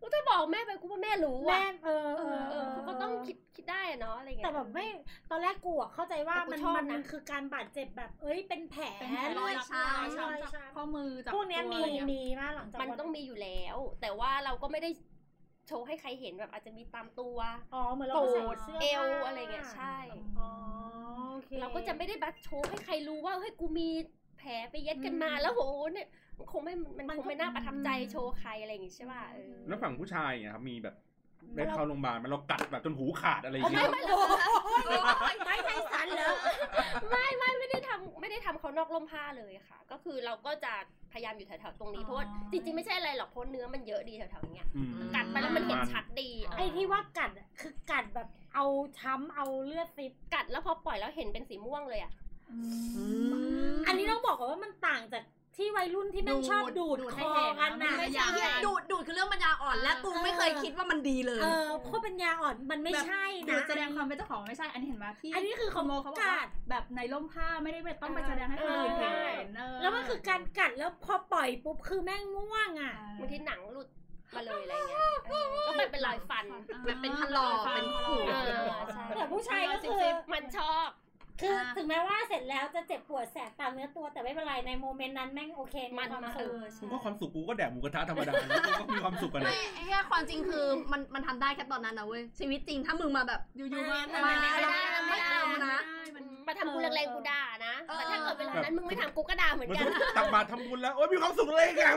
[SPEAKER 6] กู ก็ถ้าบอกแม่ไปกูว่าแม่รู้
[SPEAKER 2] แม่
[SPEAKER 6] อ่ะ
[SPEAKER 2] เออ
[SPEAKER 6] เอ
[SPEAKER 2] เอ
[SPEAKER 6] อ
[SPEAKER 2] อ
[SPEAKER 6] เอ
[SPEAKER 2] เอ
[SPEAKER 6] อ
[SPEAKER 2] อ
[SPEAKER 6] เขาก็ต้องคิดคิดได้อะเนาะอะไรเงี้ย
[SPEAKER 2] แต่แบบไม่ตอนแรกกูอะเข้าใจว่า
[SPEAKER 6] แต่กู
[SPEAKER 2] มัน
[SPEAKER 6] ชอบ
[SPEAKER 2] มัน
[SPEAKER 6] นะ
[SPEAKER 2] คือการบาดเจ็บแบบ เอ้ยเป็นแผล
[SPEAKER 1] เป็นแผลร
[SPEAKER 2] เลื
[SPEAKER 1] อย
[SPEAKER 2] ด
[SPEAKER 1] ช้
[SPEAKER 2] รอยช้ำจาก
[SPEAKER 1] ำข้อมือจาก
[SPEAKER 2] พวกเนี้ย
[SPEAKER 1] ตั
[SPEAKER 2] มี
[SPEAKER 1] อะไรเงี้ย
[SPEAKER 2] มีมากหลังจาก
[SPEAKER 6] มัน
[SPEAKER 2] วั
[SPEAKER 6] ต้องมีอยู่แล้ว แต่ว่าเราก็ไม่ได้โชว์ให้ใครเห็นแบบอาจจะมีตามตัว
[SPEAKER 2] อ๋อเหมือนเรา
[SPEAKER 6] ตู
[SPEAKER 2] ก็ใส่
[SPEAKER 6] ด
[SPEAKER 2] สื้ผ้า
[SPEAKER 6] เอวอะไรเงี้ยใช่
[SPEAKER 2] อ๋อโอเค
[SPEAKER 6] เราก็จะไม่ได้บัตโชว์ให้ใครรู้ว่าเฮ้ยกูมีแผลไปเย็ดกันมา
[SPEAKER 2] อืม
[SPEAKER 6] แล้วโหเนี่ยมันคงไม่มัน
[SPEAKER 2] มัน
[SPEAKER 6] ค
[SPEAKER 2] ก็
[SPEAKER 6] งไม่น่าประทับใจ
[SPEAKER 1] อืม
[SPEAKER 6] โชว์ใครอะไรอย่างงี้ใช่ป่ะเออ
[SPEAKER 5] แล้วฝั่งผู้ชายเนี่ยครับมีแบบได้เข้าโรงพยาบาลไหมันเรากัดแบบจนหูขาดอะไรอย่าง
[SPEAKER 6] เอา
[SPEAKER 5] เงี้
[SPEAKER 6] ไม่
[SPEAKER 5] ย
[SPEAKER 6] ไม่เรา
[SPEAKER 2] ไม่ใช่สันเหรอ
[SPEAKER 6] ไม่ไม่ไม่ได้ทำไม่ได้ทำเขานอกร่มผ้าเลยค่ะ ก็คือเราก็จะพยายามอยู่แถวๆตรงนี้เพราะว่าจริงๆไม่ใช่อะไรหรอกเพราะเนื้อมันเยอะดีแถวๆอย่างเงี้ย
[SPEAKER 5] อืม
[SPEAKER 6] กัดไปแล้วมันเห็นชัดดีเ
[SPEAKER 2] ไอ้ที่ว่ากัดอะคือกัดแบบเอาช้ำเอาเลือดซิบ
[SPEAKER 6] กัดแล้วพอปล่อยแล้วเห็นเป็นสีม่วงเลยอ่ะ
[SPEAKER 2] อันนี้ต้องบอกก่อนว่ามันต่างจากที่วัยรุ่นที่แม่งชอบดูด
[SPEAKER 1] ดูด
[SPEAKER 2] ค
[SPEAKER 1] ให้
[SPEAKER 2] อ
[SPEAKER 1] เห็น
[SPEAKER 2] กันน่ะ
[SPEAKER 1] ไม่
[SPEAKER 3] ไม่
[SPEAKER 1] ใช่
[SPEAKER 3] ใช่ดูดดูดคือเรื่องปัญญาอ่อน และกูไม่เคยคิดว่ามันดีเลย
[SPEAKER 2] เออเพราะปัญญาอ่อนมันไม่ใช่
[SPEAKER 1] ดู
[SPEAKER 2] นะ
[SPEAKER 1] แสดงความเป็นเจ้าของไม่ใช่ อันนี้เห็นไหมที่
[SPEAKER 2] อันนี้คือของ
[SPEAKER 1] โมเขาบอกว่า
[SPEAKER 2] กัด
[SPEAKER 1] แบบในร่มผ้าไม่ได้ไปต้องไปแสดงให้คนอื่นเห็นเอ
[SPEAKER 2] แล้วมันคือการกัดแล้วพอปล่อยปุ๊บคือแม่งม่วงอ่ะ
[SPEAKER 6] บางทีหนังหลุดมาเลยอะไรเงี้ยเออก็มันเป็นรอยฟัน
[SPEAKER 3] แบบเป็นถลอกเป็นขูด
[SPEAKER 6] เออใช่
[SPEAKER 2] แต่ผู้ชายก็คือ
[SPEAKER 6] มันชอบ
[SPEAKER 2] คืออา ถึงแม้ว่าเสร็จแล้วจะเจ็บปวดแสบตามเนื้อตัวแต่ไม่เป็นไรในโมเมนต์นั้นแม่งโอเค
[SPEAKER 6] มัน
[SPEAKER 2] ความ
[SPEAKER 6] มา
[SPEAKER 2] สุข
[SPEAKER 6] เออใช่
[SPEAKER 5] กูก็ความสุขกูก็แดกหมูกระทะธรรมดานะกูก็มีความสุขกันเล
[SPEAKER 3] ไม่
[SPEAKER 5] ย
[SPEAKER 3] ไอ้แค่ความจริงคือมันมันทำได้แค่ตอนนั้นนะเว้ยชีวิตจริงถ้ามึงมาแบบอยู่ๆมา
[SPEAKER 6] ไม่ได้ไม่ได้
[SPEAKER 3] ไม่เอานะ
[SPEAKER 1] มัน
[SPEAKER 6] มาทำกูแรงๆกูด่านะ
[SPEAKER 3] เออ
[SPEAKER 6] แต่ถ้าเกิดเวลานั้นมึงไม่ทำกูก็ด่าเหมือน
[SPEAKER 5] มัน
[SPEAKER 6] กัน
[SPEAKER 5] ตักบาตรทำบุญแล้วโอ้ยมีความสุขเลยกัน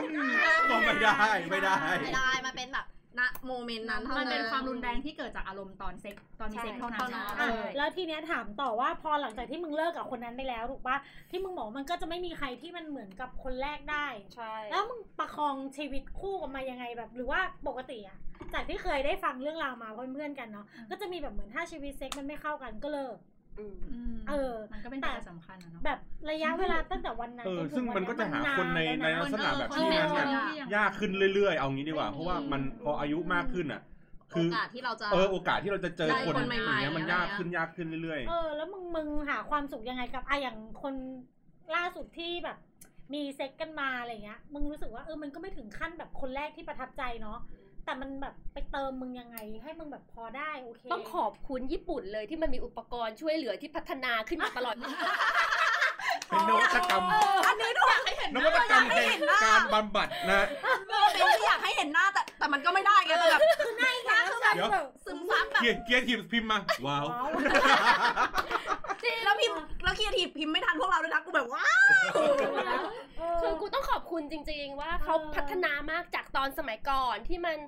[SPEAKER 5] บอกไม่ได้ไม่ได้
[SPEAKER 3] ไม่ได้มันเป็นแบบณโมเมนต์นั้นเท่า
[SPEAKER 1] มั
[SPEAKER 3] นั้น น
[SPEAKER 1] เป็นความรุนแรงที่เกิดจากอารมณ์ตอนเซ็กตอนมีเซ็กเท่านั้น
[SPEAKER 3] ใช่
[SPEAKER 1] เอ
[SPEAKER 2] อ่ะ
[SPEAKER 1] อ
[SPEAKER 2] แล้วทีเนี้ยถามต่อว่าพอหลังจากที่มึงเลิกกับคนนั้นไปแล้วถูกปะที่มึงบอกมันก็จะไม่มีใครที่มันเหมือนกับคนแรกได้
[SPEAKER 6] ใช่
[SPEAKER 2] แล้วมึงประคองชีวิตคู่กันมายังไงแบบ หรือว่าปกติอะจากที่เคยได้ฟังเรื่องราวมาเพื่อนๆกันเนาะ
[SPEAKER 1] อืม
[SPEAKER 2] ก็จะมีแบบเหมือนถ้าชีวิตเซ็กมันไม่เข้ากันก็เลิก
[SPEAKER 6] อืม
[SPEAKER 1] ม
[SPEAKER 2] เออ
[SPEAKER 1] มันก็เป็นปัจจัยสำคัญนะเนาะ
[SPEAKER 2] แบบระยะเวลาตั้งแต่วันนั้น
[SPEAKER 5] เออ
[SPEAKER 2] จถึ
[SPEAKER 5] ซึ่งมันก็จะหาคนใน
[SPEAKER 2] วั
[SPEAKER 5] ใน ลั
[SPEAKER 2] ะ
[SPEAKER 5] กษณะแบบที่
[SPEAKER 1] เออ
[SPEAKER 5] นั้นน่ะ
[SPEAKER 1] คที่ง
[SPEAKER 5] ยากขึ้นเรื่อยๆ เอางี้ดีกว่า เพราะว่ามันพออายุมากขึ้นอ่ะ
[SPEAKER 3] โอ
[SPEAKER 5] คือก
[SPEAKER 3] าสที่เราจะ
[SPEAKER 5] เออโอกาสที่เราจะเจอ
[SPEAKER 3] ได้
[SPEAKER 5] คน
[SPEAKER 3] คนใหม่ๆ
[SPEAKER 5] อย่างเงี้ยมัน
[SPEAKER 3] อะไรเงี้ย
[SPEAKER 5] ยากขึ้นยากขึ้นเรื่อย
[SPEAKER 2] เออแล้วมึงมึงหาความสุขยังไงกับอะอย่างคนล่าสุดที่แบบ มีเซ็กกันมาอะไรเงี้ย มึงรู้สึกว่าเออมันก็ไม่ถึงขั้นแบบคนแรกที่ประทับใจเนาะแต่มันแบบไปเติมมึงยังไง ให้มึงแบบพอได้โอเค
[SPEAKER 6] ต้องขอบคุณญี่ปุ่นเลยที่มันมีอุปกรณ์ช่วยเหลือที่พัฒนาขึ้นมาตลอด
[SPEAKER 5] ๆ เป็นนวัตกรรม
[SPEAKER 3] อันนี้ดูอยากให้เห็น
[SPEAKER 5] น
[SPEAKER 3] หา
[SPEAKER 5] วัตกรรม
[SPEAKER 3] อยา
[SPEAKER 5] แห่
[SPEAKER 3] ให้เห็
[SPEAKER 5] ง
[SPEAKER 3] นหน้า
[SPEAKER 5] การบำบัดนะ
[SPEAKER 3] เอออยากให้เห็นหน้าแต่แต่มันก็ไม่ได้ไงมันแบบ
[SPEAKER 2] คือหน้าอีกแล้ว
[SPEAKER 5] เดี๋ยว
[SPEAKER 2] แบบ
[SPEAKER 3] ซึมซับแบบ
[SPEAKER 5] เกียร์เกียร์ทีมพิมพ์มา ว้าว
[SPEAKER 2] อ๋อ
[SPEAKER 3] แล้วพิมพ์แล้วคียทีพิมพ์ไม่ทันพวกเราด้วยนะกูแบบว้าว
[SPEAKER 2] เ
[SPEAKER 6] คือกูต้องขอบคุณจริง ๆ ว่าเขาพัฒนามากจากตอนสมัยก่อนที่มัน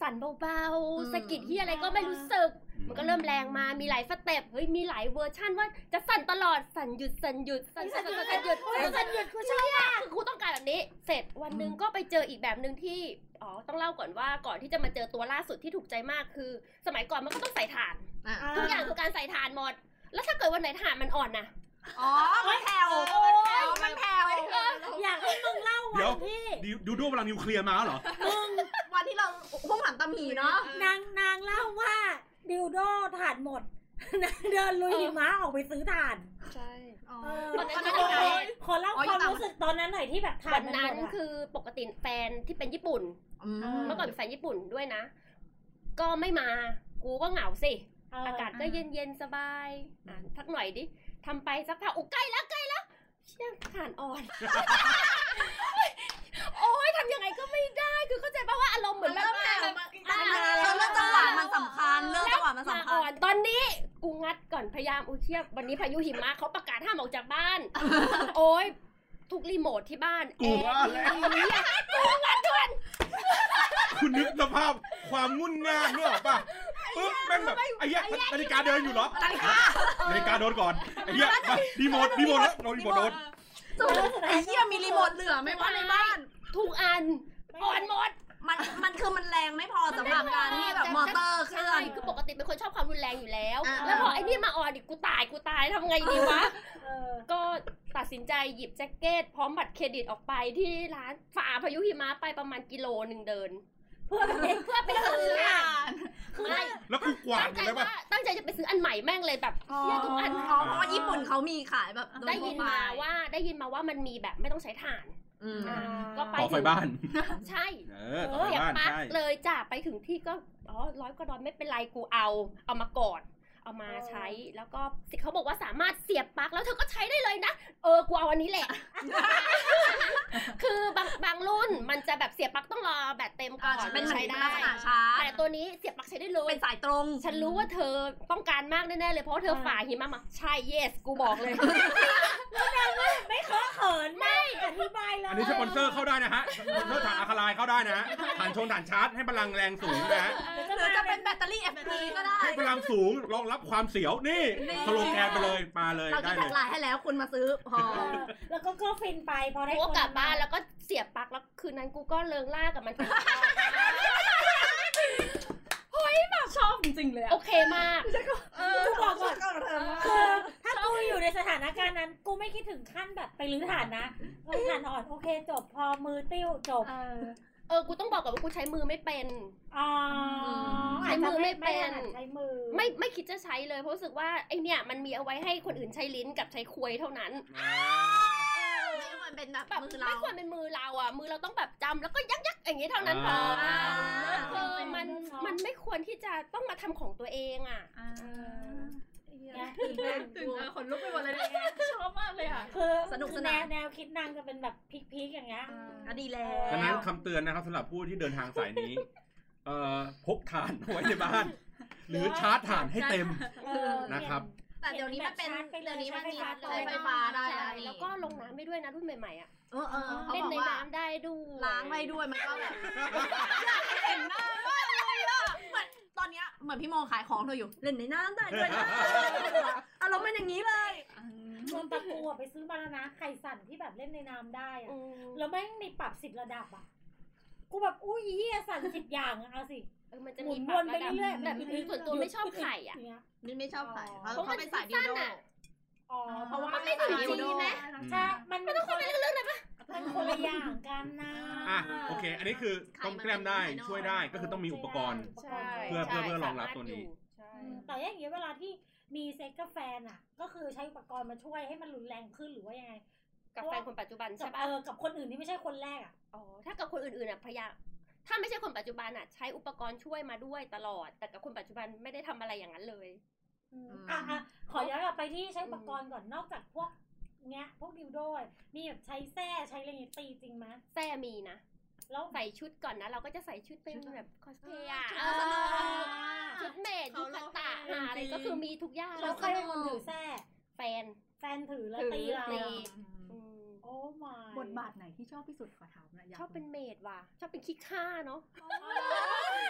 [SPEAKER 6] สั่นเบาๆสะกิดที่อะไรก็ไม่รู้สึก มันก็เริ่มแรงมา มีหลายสเต็ป เฮ้ย มีหลายเวอร์ชั่นว่าจะสั่นตลอด สั่นหยุด สั่นหยุด สั่นสั่นสั่นสั่นหยุด
[SPEAKER 2] เออ
[SPEAKER 6] สั่
[SPEAKER 2] สัน
[SPEAKER 6] น
[SPEAKER 2] หยุดกูชอบ
[SPEAKER 6] เนี่ยคือครูต้องการแบบนี้ เสร็จวันหนึ่งก็ไปเจออีกแบบหนึ่งที่ อ๋อ ต้องเล่าก่อนว่าก่อนที่จะมาเจอตัวล่าสุดที่ถูกใจมากคือ สมัยก่อนมันก็ต้องใส่ถ่าน
[SPEAKER 3] อ่ะ
[SPEAKER 6] ทุกอย่างคือการใส่ถ่านหมด แล้วถ้าเกิดวันไหนถ่านมันอ่อนนะ
[SPEAKER 3] อ๋อมันแผ่วมันแผ่วมันแผ่ว
[SPEAKER 2] อยากให้มึงเล่า
[SPEAKER 5] เดี๋
[SPEAKER 2] วั
[SPEAKER 5] ยว
[SPEAKER 2] นที่
[SPEAKER 5] ดิดูดูพลังนิวเคลียร์มาแล้วเหรอ
[SPEAKER 3] วันที่เราพุ่งหลังตาหมีเนาะ
[SPEAKER 2] นางนางเล่าว่าดิวโดถ่านหมด นางเดินลุยหิมะออกไปซื้อถ่าน
[SPEAKER 6] ใช่
[SPEAKER 3] อ๋อ
[SPEAKER 6] ตอนนั้นก็
[SPEAKER 2] ขอเล่าความรู้สึกตอนนั้นหน่อยที่แบบผ่า
[SPEAKER 6] วัน น
[SPEAKER 2] มั
[SPEAKER 6] นั้น
[SPEAKER 2] หมดะ
[SPEAKER 6] คือปกติแฟนที่เป็นญี่ปุ่น
[SPEAKER 3] อืม
[SPEAKER 6] เมื่อก่อนเป็นแฟนญี่ปุ่นด้วยนะ ก็ไม่มา กูก็เหงาสิ อากาศก็เย็นเย็นๆสบายอ่านสักหน่อยดิทำไปสักพักโอ้ใกล้แล้วใกล้แล้วเชี่ยผ่านอ่อน โอ้ยทำยังไงก็ไม่ได้คือเข้าใจป่ะว่าอารมณ์เหมือนแบบว่า
[SPEAKER 3] เรื่องจังหวะมันสำคัญ เรื่องจังหวะมัน
[SPEAKER 6] มา
[SPEAKER 3] สำคั
[SPEAKER 6] อ่อ
[SPEAKER 3] ญ
[SPEAKER 6] นตอนนี้กูงัดก่อนพยายามอุ้ยเทียบวันนี้พายุหิมะเขาประกาศห้ามออกจากบ้าน โอ้ยทุกรีโมทที่บ้าน
[SPEAKER 5] กูว่าแล้ว
[SPEAKER 6] เหี้ยกูงัดทุกวัน
[SPEAKER 5] คุณนึกสภาพความงุ่นง่านเนี่ยหรอป่ะปึ๊บแม่งแบบไอ้เหี้ยนาฬิกาเดินอยู่เหรอ
[SPEAKER 3] นาฬิกา
[SPEAKER 5] นาฬิกาโดนก่อนไอ้เหี้ยมารีโมทรีโมทแล้วโดนรีโมทโดน
[SPEAKER 3] สุดไอ้เหี้ยมีรีโมทเหลือไหมว่าในบ้าน
[SPEAKER 6] ทุกอันอ่อนหมด
[SPEAKER 3] มันมันคือมันแรงไม่พอสำหรับการที่แบบมอเตอร์เคลื่อ
[SPEAKER 6] ใช่
[SPEAKER 3] น
[SPEAKER 6] คือปกติเป็นคนชอบความรุนแรงอยู่แล้ว
[SPEAKER 3] อ่า
[SPEAKER 6] แล้วพอไอ้นี่มาออนอีกกูตายกูตายทำไงดีวะ
[SPEAKER 2] เออ
[SPEAKER 6] ก็ตัดสินใจหยิบแจ็คเก็ตพร้อมบัตรเครดิตออกไปที่ร้านฝ่าพายุหิมะไปประมาณกิโลหนึ่งเดิน
[SPEAKER 2] เพื่อเป็น
[SPEAKER 6] เพื่อไปซื้ออ่ะ
[SPEAKER 2] คือ
[SPEAKER 6] ไม่
[SPEAKER 5] แล้วกูกวาด
[SPEAKER 6] ตั้งใจ
[SPEAKER 5] อยู่เลยป่ะ
[SPEAKER 6] ว่าตั้งใจจะไปซื้ออันใหม่แม่งเลยแบบ
[SPEAKER 3] อ๋อ
[SPEAKER 6] เหี้ยทุกอัน
[SPEAKER 3] เพราะว่าญี่ปุ่นเขามีขายแบบโ
[SPEAKER 6] ได้ยินมา
[SPEAKER 3] ทั่วไป
[SPEAKER 6] ว่าได้ยินมาว่ามันมีแบบไม่ต้องใช้ถ่าน
[SPEAKER 3] อืม
[SPEAKER 2] อ่า
[SPEAKER 6] ก็ไป
[SPEAKER 5] ขอไฟบ้าน
[SPEAKER 6] ใช่
[SPEAKER 5] เออ
[SPEAKER 6] เอ
[SPEAKER 5] ข
[SPEAKER 6] อ
[SPEAKER 5] อไฟ
[SPEAKER 6] อย่าง
[SPEAKER 5] บ้าน
[SPEAKER 6] ปั๊ก
[SPEAKER 5] ใช่
[SPEAKER 6] เลยจ้ะไปถึงที่ก็อ๋อร้อยกว่าดอนไม่เป็นไรกูเอา เอามาก่อนเอามาใช้แล้วก็สิเขาบอกว่าสามารถเสียบปลั๊กแล้วเธอก็ใช้ได้เลยนะเออกูเอาอันนี้แหละ คือบางบางรุ่นมันจะแบบเสียบปลั๊กต้องรอแบตเต็มก่อ
[SPEAKER 3] อ่าน เป็นเหมือน
[SPEAKER 6] ใช้ได้
[SPEAKER 3] ลักษณะชาร์จ
[SPEAKER 6] แต่ตัวนี้เสียบปลั๊กใช้ได้เลย
[SPEAKER 3] เป็นสายตรง
[SPEAKER 6] ฉันรู้ว่าเธอต้องการมากแน่ๆเลยเพราะว่าเธอ
[SPEAKER 2] อ่า
[SPEAKER 6] ฝ่าหิมะมาใช่ yes กูบอก เลย
[SPEAKER 2] ไม่เคอะเขินไม่อธิบายเลย
[SPEAKER 5] อันนี้สปอนเซอร์เข้าได้นะฮะสปอนเซอร์ฐานอาคาไลายเข้าได้นะฮะฐานชงฐานชาร์จให้พลังแรงสูงนะฮะ
[SPEAKER 2] เดี๋ยว
[SPEAKER 3] หรือ
[SPEAKER 2] จะ
[SPEAKER 3] จะ
[SPEAKER 2] เป็
[SPEAKER 3] เป็น นแบตเตอรี่ FP ก็ได้
[SPEAKER 5] ให้พลังสูงรองรับความเสียวนี่
[SPEAKER 3] นี่
[SPEAKER 5] สโลแกนไปเลยมาเลย
[SPEAKER 3] เรา
[SPEAKER 5] ได้
[SPEAKER 3] คิดแท็ก
[SPEAKER 5] เลย
[SPEAKER 3] ไลน์ให้แล้วคุณมาซื้อพอ
[SPEAKER 2] เออแล้วก็ก็ฟินไปพอได้
[SPEAKER 6] กูก็
[SPEAKER 2] คน
[SPEAKER 6] กลับบ้านแล้วก็เสียบปลั๊กแล้วคืนนั้นกูก็เลิงล่ากับมันไป
[SPEAKER 1] ชอบจริงๆเลยอะ
[SPEAKER 6] โอเคมาก
[SPEAKER 2] กูบอกก่อน
[SPEAKER 3] คื
[SPEAKER 2] คือ
[SPEAKER 3] อ
[SPEAKER 2] ถ้ากูอยู่ในสถานการณ์นั้น กูไม่คิดถึงขั้นแบบไปรื้อฐานนะเออฐานอ่อนโอเคจบพอมือติ้วจบ
[SPEAKER 1] เออ
[SPEAKER 6] เออ กูต้องบอกก่อนว่ากูใช้มือไม่เป็น
[SPEAKER 2] อ๋อ
[SPEAKER 6] ใช้มือไม่เป็น
[SPEAKER 2] อาจจะไม่ถดใช้มือ
[SPEAKER 6] ไม่ไม่คิดจะใช้เลยเพราะรู้สึกว่าไอเนี่ยมันมีเอาไว้ให้คนอื่นใช้ลิ้นกับใช้ควยเท่านั้น
[SPEAKER 3] ไม่ว่ามันเป็นแบบ
[SPEAKER 6] แบบ
[SPEAKER 3] มือเรา
[SPEAKER 6] ไม่ควรเป็นมือเราอ่ะมือเราต้องแบบจำแล้วก็ยักยักๆอย่างงี้เท่านั้นพอ
[SPEAKER 3] อ่า
[SPEAKER 6] คือมันมันไม่ควรที่จะต้องมาทำของตัวเองอ่ะ
[SPEAKER 2] เนี่ยตื่นเต้น
[SPEAKER 1] ถึงเออขนลุกไปหมดเลยเนี่ยชอบมากเลยอ่ะ
[SPEAKER 2] คือ
[SPEAKER 3] สนุกส
[SPEAKER 2] แน
[SPEAKER 3] นาน
[SPEAKER 2] วแนวคิดนางจะเป็นแบบพีคๆอย่างเงี้ย
[SPEAKER 3] ก็ดีแล้ว
[SPEAKER 5] ดังนั้นคำเตือนนะครับสำหรับผู้ที่เดินทางสายนี้ เอ่อพกฐานเอาไว้ในบ้าน หรือชาร์จฐานให้เต็ม
[SPEAKER 2] เออ
[SPEAKER 5] นะครับ
[SPEAKER 3] แต่เดี๋ยวนี้มันเป็นเดี๋ยวนี้มันมี
[SPEAKER 2] ใช้
[SPEAKER 3] ใช้
[SPEAKER 2] ไฟ
[SPEAKER 3] ไฟ
[SPEAKER 2] ฟ้า
[SPEAKER 3] ฟ้าได้
[SPEAKER 6] ใช่
[SPEAKER 3] นี่
[SPEAKER 6] แล้วก็ลงน้ำได้ด้วยนะรุ่นใหม่ๆอ่ะ
[SPEAKER 3] เออเออเขา
[SPEAKER 6] เล่
[SPEAKER 3] บ
[SPEAKER 6] น
[SPEAKER 3] อก
[SPEAKER 6] ใน
[SPEAKER 3] ว่า
[SPEAKER 6] น้ำได้ด้วย
[SPEAKER 3] ล้างไปด้วยมันก็แบบอยากให้เห็นหน้ามากเลยอะเหมือนตอนเนี้ยเหมือนพี่โมขายของเธออยู่ เล่นในน้ำได้ด้วยนะอารมณ์เป็นอย่างนี้เลย
[SPEAKER 2] ชวนตะกูอะไปซื้อมาแล้วนะไข่สั่นที่แบบเล่นในน้ำได้อะ
[SPEAKER 6] อืม
[SPEAKER 2] แล้วแม่งมีปรับสิบระดับอ่ะกูแบบอุ้ยเฮียสั่นสิบอย่างอะเอาสิ
[SPEAKER 6] เออมันจะ
[SPEAKER 2] หมุ
[SPEAKER 6] มี
[SPEAKER 2] น
[SPEAKER 6] ป
[SPEAKER 2] ว
[SPEAKER 6] รับ
[SPEAKER 2] นไประ
[SPEAKER 6] ดับ
[SPEAKER 2] เรื่อยๆ
[SPEAKER 6] แต่ส่วนตัวไม่ชอบไข่อ่ะ
[SPEAKER 2] ย่างเงี้ย
[SPEAKER 3] นี่ไม่ชอบขายเพราะ
[SPEAKER 6] เพราะ
[SPEAKER 3] เขา
[SPEAKER 6] มัน
[SPEAKER 3] เป็นสายดิวโด
[SPEAKER 6] สั้นอะ
[SPEAKER 2] อ๋อ
[SPEAKER 3] เพราะว่า
[SPEAKER 2] มัน
[SPEAKER 3] ไม่
[SPEAKER 2] ถึ
[SPEAKER 3] ถึ
[SPEAKER 2] ง
[SPEAKER 3] ง
[SPEAKER 2] จริ
[SPEAKER 3] ดิว
[SPEAKER 2] ง
[SPEAKER 3] โด
[SPEAKER 2] ไหมใช่มันมันต้องคนละเรื่องเลยปะมันคนละอย่างกันนะ
[SPEAKER 5] อ่ะโอเค อันนี้คือต้มแกล้มได้ช่วยได้ก็คือต้องมีอุปกรณ์
[SPEAKER 2] ใช่
[SPEAKER 5] เพื่อเพื่อเพื่อรองรับตัวนี้
[SPEAKER 6] ใช่
[SPEAKER 2] อืมแต่อย่างเงี้ยเวลาที่มีเซ็กกับแฟนอ่ะ ก็คือใช้อุปกรณ์มาช่วยให้มันรุนแรงขึ้นหรือว่ายังไง
[SPEAKER 6] กับแฟนคนปัจจุบัน
[SPEAKER 2] กับ
[SPEAKER 6] ใช่
[SPEAKER 2] เออ
[SPEAKER 6] ป่ะ
[SPEAKER 2] กับคนอื่นที่ไม่ใช่คนแรกอ่ะ
[SPEAKER 6] อ๋อถ้ากับคนอื่นๆอ่ะพยายามถ้าไม่ใช่คนปัจจุบันอ่ะใช้อุปกรณ์ช่วยมาด้วยตลอด แต่กับคนปัจจุบันไม่ได้ทำอะไรอย่างนั้นเลย
[SPEAKER 2] อืม
[SPEAKER 3] อืม
[SPEAKER 2] อ่ะอ่ะขอย้อนกลับไปที่ใช้อุปกรณ์ก่อนนอกจากพวกเนี้ยพวกดิวโดยมีแบบใช้แส้ใช้อะไรอย่างงี้ตีจริงไหมย
[SPEAKER 6] แซ่มีนะ
[SPEAKER 2] แล้ว
[SPEAKER 6] ใส่ชุดก่อนนะ เราก็จะใส่ชุดเป็นแบบคอสเพย์อ่ะ
[SPEAKER 3] ชุดสนุก
[SPEAKER 6] เออ
[SPEAKER 2] อ่ะ
[SPEAKER 6] ชุดเมดยุคตะหาอะไรก็คือมีทุกอย่าง
[SPEAKER 2] เราใครเป็นคนถือแส้
[SPEAKER 6] แฟน
[SPEAKER 2] แฟนถือแล้วตีเรา
[SPEAKER 6] ถือตี
[SPEAKER 1] อืม
[SPEAKER 2] โอ้มาย
[SPEAKER 1] บทบาทไหนที่ชอบที่สุดขอถามหนะ
[SPEAKER 6] ชอบเป็นเมดว่ะ ชอบเป็นคิกฆ่าเนาะ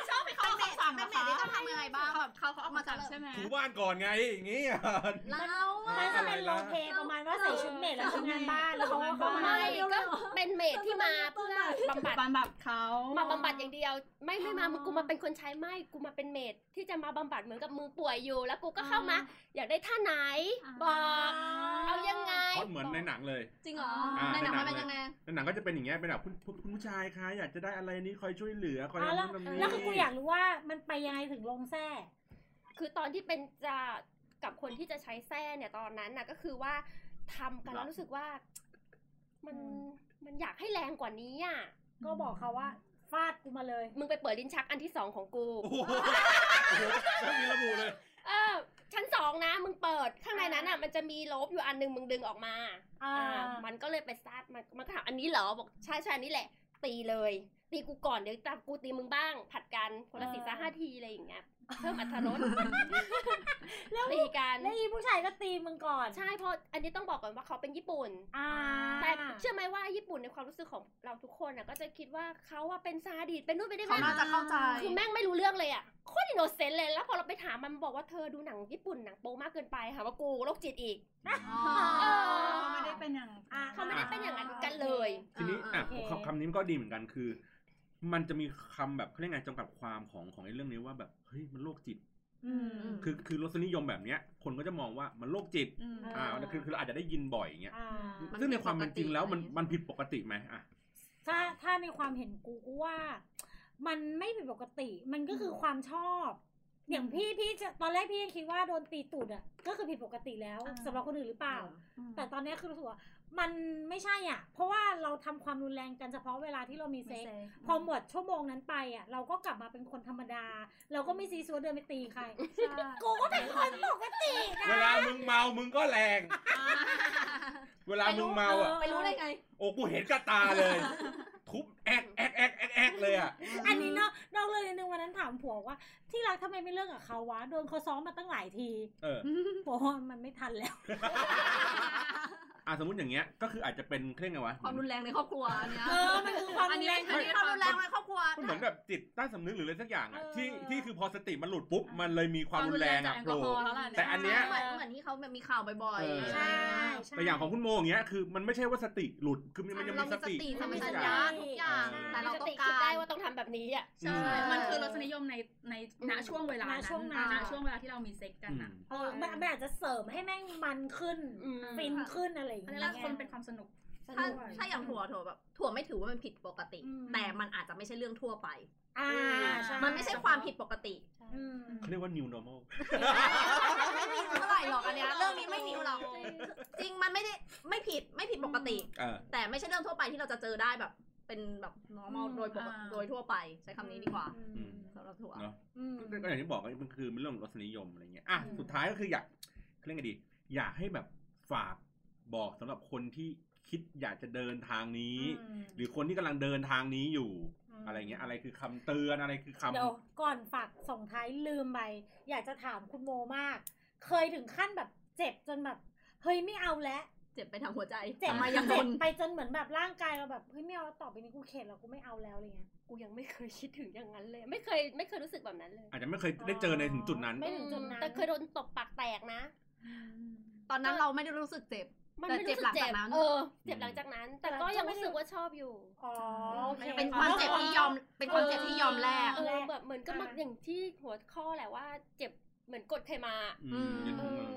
[SPEAKER 3] ชอบไปเขาเป็นสั่งเป็นเมดที่ต้องทำยังไงบ้างแบบเขาเขาเอามาจาก
[SPEAKER 1] ใช่
[SPEAKER 3] ใช่
[SPEAKER 1] ไหม
[SPEAKER 5] ถูบ้านก่อนไงอย่างนี้อ่ ะ
[SPEAKER 3] เรา
[SPEAKER 5] อะ
[SPEAKER 2] มันจะเป็นโรลเพลย์ประมาณว่าใส่ชุดเมดแล้วชุดงานบ้านแล้วเขาก็
[SPEAKER 6] ไม่ก็เป็นเมดที่มาเพื่อบำบัด
[SPEAKER 1] บันแบบเขา
[SPEAKER 6] มาบำบัดอย่างเดียว ไม่ไม่มามึงกูมาเป็นคนใช้ไม่กูมาเป็นเมดที่จะมาบำบัดเหมือนกับมึงป่วยอยู่ แล้วกูก็เข้ามา อยากได้ท่าไหน บอกเอายังไง
[SPEAKER 5] เพราะเหมือนในหนังเลย
[SPEAKER 3] จริงเหรอ
[SPEAKER 5] อ่า
[SPEAKER 3] ในหนังมันเป็นยังไง
[SPEAKER 5] ในหนังก็จะเป็นอย่างเงี้ยเป็นแบบคุณคุณคุณผู้ชายคะอยากจะได้อะไรนี้คอยช่วยเหลือคอย
[SPEAKER 2] อ่ะแล้ว
[SPEAKER 5] ทำนู่นทำนี่
[SPEAKER 2] แล้วคือกูอยากรู้ว่ามันไปยังไงถึงลงแส้
[SPEAKER 6] คือตอนที่เป็นจะกับคนที่จะใช้แส้เนี่ยตอนนั้นน่ะก็คือว่าทำกันแล้วรู้สึกว่า มันมันอยากให้แรงกว่านี้อ่ะ
[SPEAKER 2] ก็บอกเขาว่าฟาดกูมาเลย
[SPEAKER 6] มึงไปเปิดลิ้นชักอันที่สองของกู
[SPEAKER 5] โอ้โหโอ้ โหแล้วมีระบุเลย
[SPEAKER 6] เออชั้นสองนะมึงเปิดข้างในนั้นอ่ะ มันจะมีโลบอยู่อันหนึงมึงดึงออกมา
[SPEAKER 2] อ่า
[SPEAKER 6] อ่ามันก็เลยไปซัดมันมันก็ถามอันนี้เหรอบอกใช่ใช่อันนี้แหละ ตีเลย ตีกูก่อนเดี๋ยวตามกูตีมึงบ้าง ผัดกันคนละ
[SPEAKER 2] เออ
[SPEAKER 6] สี่สห้าทีอะไรอย่างเงี้ยเพิ่มอัตรรส
[SPEAKER 2] แล้ว
[SPEAKER 6] ตีกัน
[SPEAKER 2] แล้วอีผู้ชายก็ตีมึงก่อน
[SPEAKER 6] ใช่เพราะอันนี้ต้องบอกก่อนว่าเขาเป็นญี่ปุ่น
[SPEAKER 2] อ่า
[SPEAKER 6] แต่เชื่อไหมว่าญี่ปุ่นในความรู้สึกของเราทุกคนน่ะก็จะคิดว่าเขาอะเป็นซาดิสเป็นนู่นเป็นนี่
[SPEAKER 3] เขา
[SPEAKER 6] แม่ง
[SPEAKER 3] น่าจะเข้าใจ
[SPEAKER 6] คือแม่งไม่รู้เรื่องเลยอ่ะโคตรอินโนเซนต์เลยแล้วพอเราไปถามมันบอกว่าเธอดูหนังญี่ปุ่นหนังโป๊มากเกินไปหาว่ากูโรคจิตอีก เออ
[SPEAKER 1] เขาไม่ได้เป็นอย่าง
[SPEAKER 2] อ่ะ
[SPEAKER 6] เขาไม่ได้เป็นอย่างนั้นกันเลย
[SPEAKER 5] ทีนี้อ่ะ
[SPEAKER 2] โอเค
[SPEAKER 5] คำคำนี้มันก็ดีเหมือนกันคือ มันจะมีคำแบบเขาเรียกไงจำกัดความของของไอ้เรื่องนี้ว่าแบบเฮ้ยมันโรคจิต
[SPEAKER 2] อืม
[SPEAKER 5] คือคือรสนิยมแบบเนี้ย คนก็จะมองว่ามันโรคจิต
[SPEAKER 1] อืม
[SPEAKER 2] อ่า
[SPEAKER 5] อ่ามันคือคือเราอาจจะได้ยินบ่อยอย่างเงี้ย
[SPEAKER 2] อ่า
[SPEAKER 5] ซึ่งในความเป็นจริงแล้วมันมันผิดปกติไหมอ่ะ
[SPEAKER 2] ถ้าถ้าในความเห็นกูกูว่า มันไม่ผิดปกติ มันก็คือความชอบ อย่างพี่พี่จะตอนแรกพี่ยังคิดว่าโดนตีตูดอ่ะก็คือผิดปกติแล้ว
[SPEAKER 3] อ่า
[SPEAKER 2] สำหรับคนอื่นหรือเปล่า
[SPEAKER 1] อืม
[SPEAKER 2] แต่ตอนเนี้ยคือรู้สึกว่ามันไม่ใช่อ่ะ เพราะว่าเราทำความรุนแรงกันเฉพาะเวลาที่เรามี
[SPEAKER 1] ไม่
[SPEAKER 2] เซ็ก
[SPEAKER 1] เซ็ก
[SPEAKER 2] พอหมดชั่วโมงนั้นไปอ่ะ เราก็กลับมาเป็นคนธรรมดา เราก็ไม่ซีซัวเดินไปตีใคร
[SPEAKER 1] ใช่
[SPEAKER 2] กูก็เป็น คนปกตินะ
[SPEAKER 4] เวลามึงเมามึงก็แรง เวลามึงเมาอ่ะ
[SPEAKER 3] ไปรู้ได้ไง
[SPEAKER 4] โอ้กูเห็นกับตาเลย ทุบแอกแอกแอกแอกแอกเลยอ่ะ
[SPEAKER 2] อันนี้เนาะนอกเรื่องนิดนึงวันนั้นถามผัวว่า ที่รักทำไมไม่เลิกกับเขาวะโดนเขาซ้อมมาตั้งหลายที
[SPEAKER 4] เออ
[SPEAKER 2] ผัวว่ามันไม่ทันแล้ว
[SPEAKER 4] อ่ะสมมติอย่างเงี้ย ก็คืออาจจะเป็นเครื่องไงวะ
[SPEAKER 3] ความรุนแรงในครอบครัวอันเนี่ย
[SPEAKER 2] เออมันคือความรุนแรง
[SPEAKER 3] อันนี้ความรุนแรงในครอบครัว
[SPEAKER 4] มันเหมือนแบบจิตใต้สำนึกหรืออะไรสักอย่างอ่ะ
[SPEAKER 2] เออ
[SPEAKER 4] ที่ที่คือพอสติมันหลุดปุ๊บ มันเลยมีความรุนแรง
[SPEAKER 1] จาก
[SPEAKER 4] อ่ะ
[SPEAKER 1] แอล
[SPEAKER 4] โผ
[SPEAKER 1] ก
[SPEAKER 4] ล่
[SPEAKER 1] อฮอล์แล้วล่ะเย
[SPEAKER 4] แต่อันเนี้ย
[SPEAKER 3] เหมือนเหมือนที่เขาแบบมีข่าวบ่อย
[SPEAKER 4] เออ
[SPEAKER 3] ๆ
[SPEAKER 2] ใช่ใช่
[SPEAKER 4] แต่อย่างของคุณโมอย่างเงี้ยคือมันไม่ใช่ว่าสติหลุดคือมันยัง
[SPEAKER 3] เรา
[SPEAKER 4] มี
[SPEAKER 3] มี
[SPEAKER 4] ส
[SPEAKER 3] ส
[SPEAKER 4] ติ
[SPEAKER 3] ติ
[SPEAKER 4] ส
[SPEAKER 3] สัมปชัญ
[SPEAKER 4] ติ
[SPEAKER 3] ญะทุกอย่าง
[SPEAKER 4] ใช่
[SPEAKER 3] แต่เรา
[SPEAKER 6] ส
[SPEAKER 3] ต้อง
[SPEAKER 6] ติ
[SPEAKER 3] กา
[SPEAKER 6] คิดได้
[SPEAKER 3] ร
[SPEAKER 6] ว่าต้องทำแบบนี้อ่ะ
[SPEAKER 4] ใช่
[SPEAKER 1] มันคือรสนิยมในในณช่วงเวลา
[SPEAKER 2] ณ
[SPEAKER 1] นั้น
[SPEAKER 2] ช่วงนั้น
[SPEAKER 1] ณช่วงเวลาที่เรามีเซ็กกันอ่ะ
[SPEAKER 4] อืม
[SPEAKER 2] เออมันมันอาจจะเสริมให้แม่งมันขึ้น
[SPEAKER 6] อืม
[SPEAKER 2] ฟินขึ้นอะไรอย่าง
[SPEAKER 1] เขาเรี
[SPEAKER 2] เงี้
[SPEAKER 1] ย
[SPEAKER 2] ย
[SPEAKER 1] กว่าคนเป็นความสนุก
[SPEAKER 3] ถ้าถ้าอย่างถั่วถั่วแบบถั่วไม่ถือว่ามันผิดปกติ
[SPEAKER 1] อืม
[SPEAKER 3] แต่มันอาจจะไม่ใช่เรื่องทั่วไป
[SPEAKER 2] อ่าใช่
[SPEAKER 3] มันไม่ใช่ความผิดปกติ
[SPEAKER 2] อืม
[SPEAKER 4] เขาเรียกว่า new normal
[SPEAKER 3] ไม่มีเท่าไหร่หรอกอันเนี้ยเรื่องนี้ไม่มีหรอกจริงมันไม่ได้ไม่ผิดไม่ผิดปกติ
[SPEAKER 4] เออ
[SPEAKER 3] แต่ไม่ใช่เรื่องทั่วไปที่เราจะเจอได้แบบ เป็นแบบ normal โดยปกติ
[SPEAKER 1] อ่า
[SPEAKER 3] โดยทั่วไปใช้คำนี้ดีกว่า
[SPEAKER 2] อืม
[SPEAKER 3] สำหรับถั่ว
[SPEAKER 4] เนอะ
[SPEAKER 2] อืม
[SPEAKER 4] ก็อย่างที่บอกอะมันคือเรื่องของรสนิยมอะไรเงี้ย อ่ะ
[SPEAKER 2] อืม
[SPEAKER 4] สุดท้ายก็คืออยากเขาเรียกไงดี อยากให้แบบฝากบอกสำหรับคนที่คิดอยากจะเดินทางนี้
[SPEAKER 2] อืม
[SPEAKER 4] หรือคนที่กำลังเดินทางนี้อยู่
[SPEAKER 2] อืม
[SPEAKER 4] อะไรเงี้ย อะไรคือคำเตือน อะไรคือคำ
[SPEAKER 2] เดี๋ยวก่อนฝากส่งท้ายลืมไปอยากจะถามคุณโมมาก เคยถึงขั้นแบบเจ็บจนแบบ เฮ้ยไม่เอาแล้ว
[SPEAKER 3] เจ็บไปทางหัวใจ
[SPEAKER 2] เจ็บ
[SPEAKER 3] ทำไมยังทน
[SPEAKER 2] ไปจนเหมือนแบบร่างกายเราแบบเฮ้ยไม่เอาต่อไปนี้กูเข็ดแล้วกูไม่เอาแล้วอะไรเงี้ย
[SPEAKER 6] กูยังไม่เคยคิดถึงอย่างนั้นเลย ไม่เคยไม่เคยรู้สึกแบบนั้นเลย
[SPEAKER 4] อาจจะไม่เคยได้เจอในถึงจุดนั้น
[SPEAKER 2] ไม่ถึงจุดนั้น
[SPEAKER 6] แต่เคยโดนตบปากแตกนะ
[SPEAKER 3] ตอนนั้นเราไม่ได้รู้สึกเจ็บ
[SPEAKER 6] มัน
[SPEAKER 3] แต่
[SPEAKER 6] ไม่
[SPEAKER 3] เจ็บห
[SPEAKER 6] รู้สึ
[SPEAKER 3] ลัง
[SPEAKER 6] กเจ็
[SPEAKER 3] จาก
[SPEAKER 6] บ
[SPEAKER 3] นั้น
[SPEAKER 6] เออเจ็บหลังจากนั้น แต่ก็ยังรู้สึกว่าชอบอยู่
[SPEAKER 2] อ๋อโอเค
[SPEAKER 3] เป็นความเจ็บที่ยอมเป็นความเจ็บที่ยอมแลก
[SPEAKER 6] เออแบบเหมือนก็มันอย่างที่หัวข้อแหละว่า เจ็บเหมือนกดใครมา
[SPEAKER 4] อืม
[SPEAKER 3] อืม
[SPEAKER 4] เออ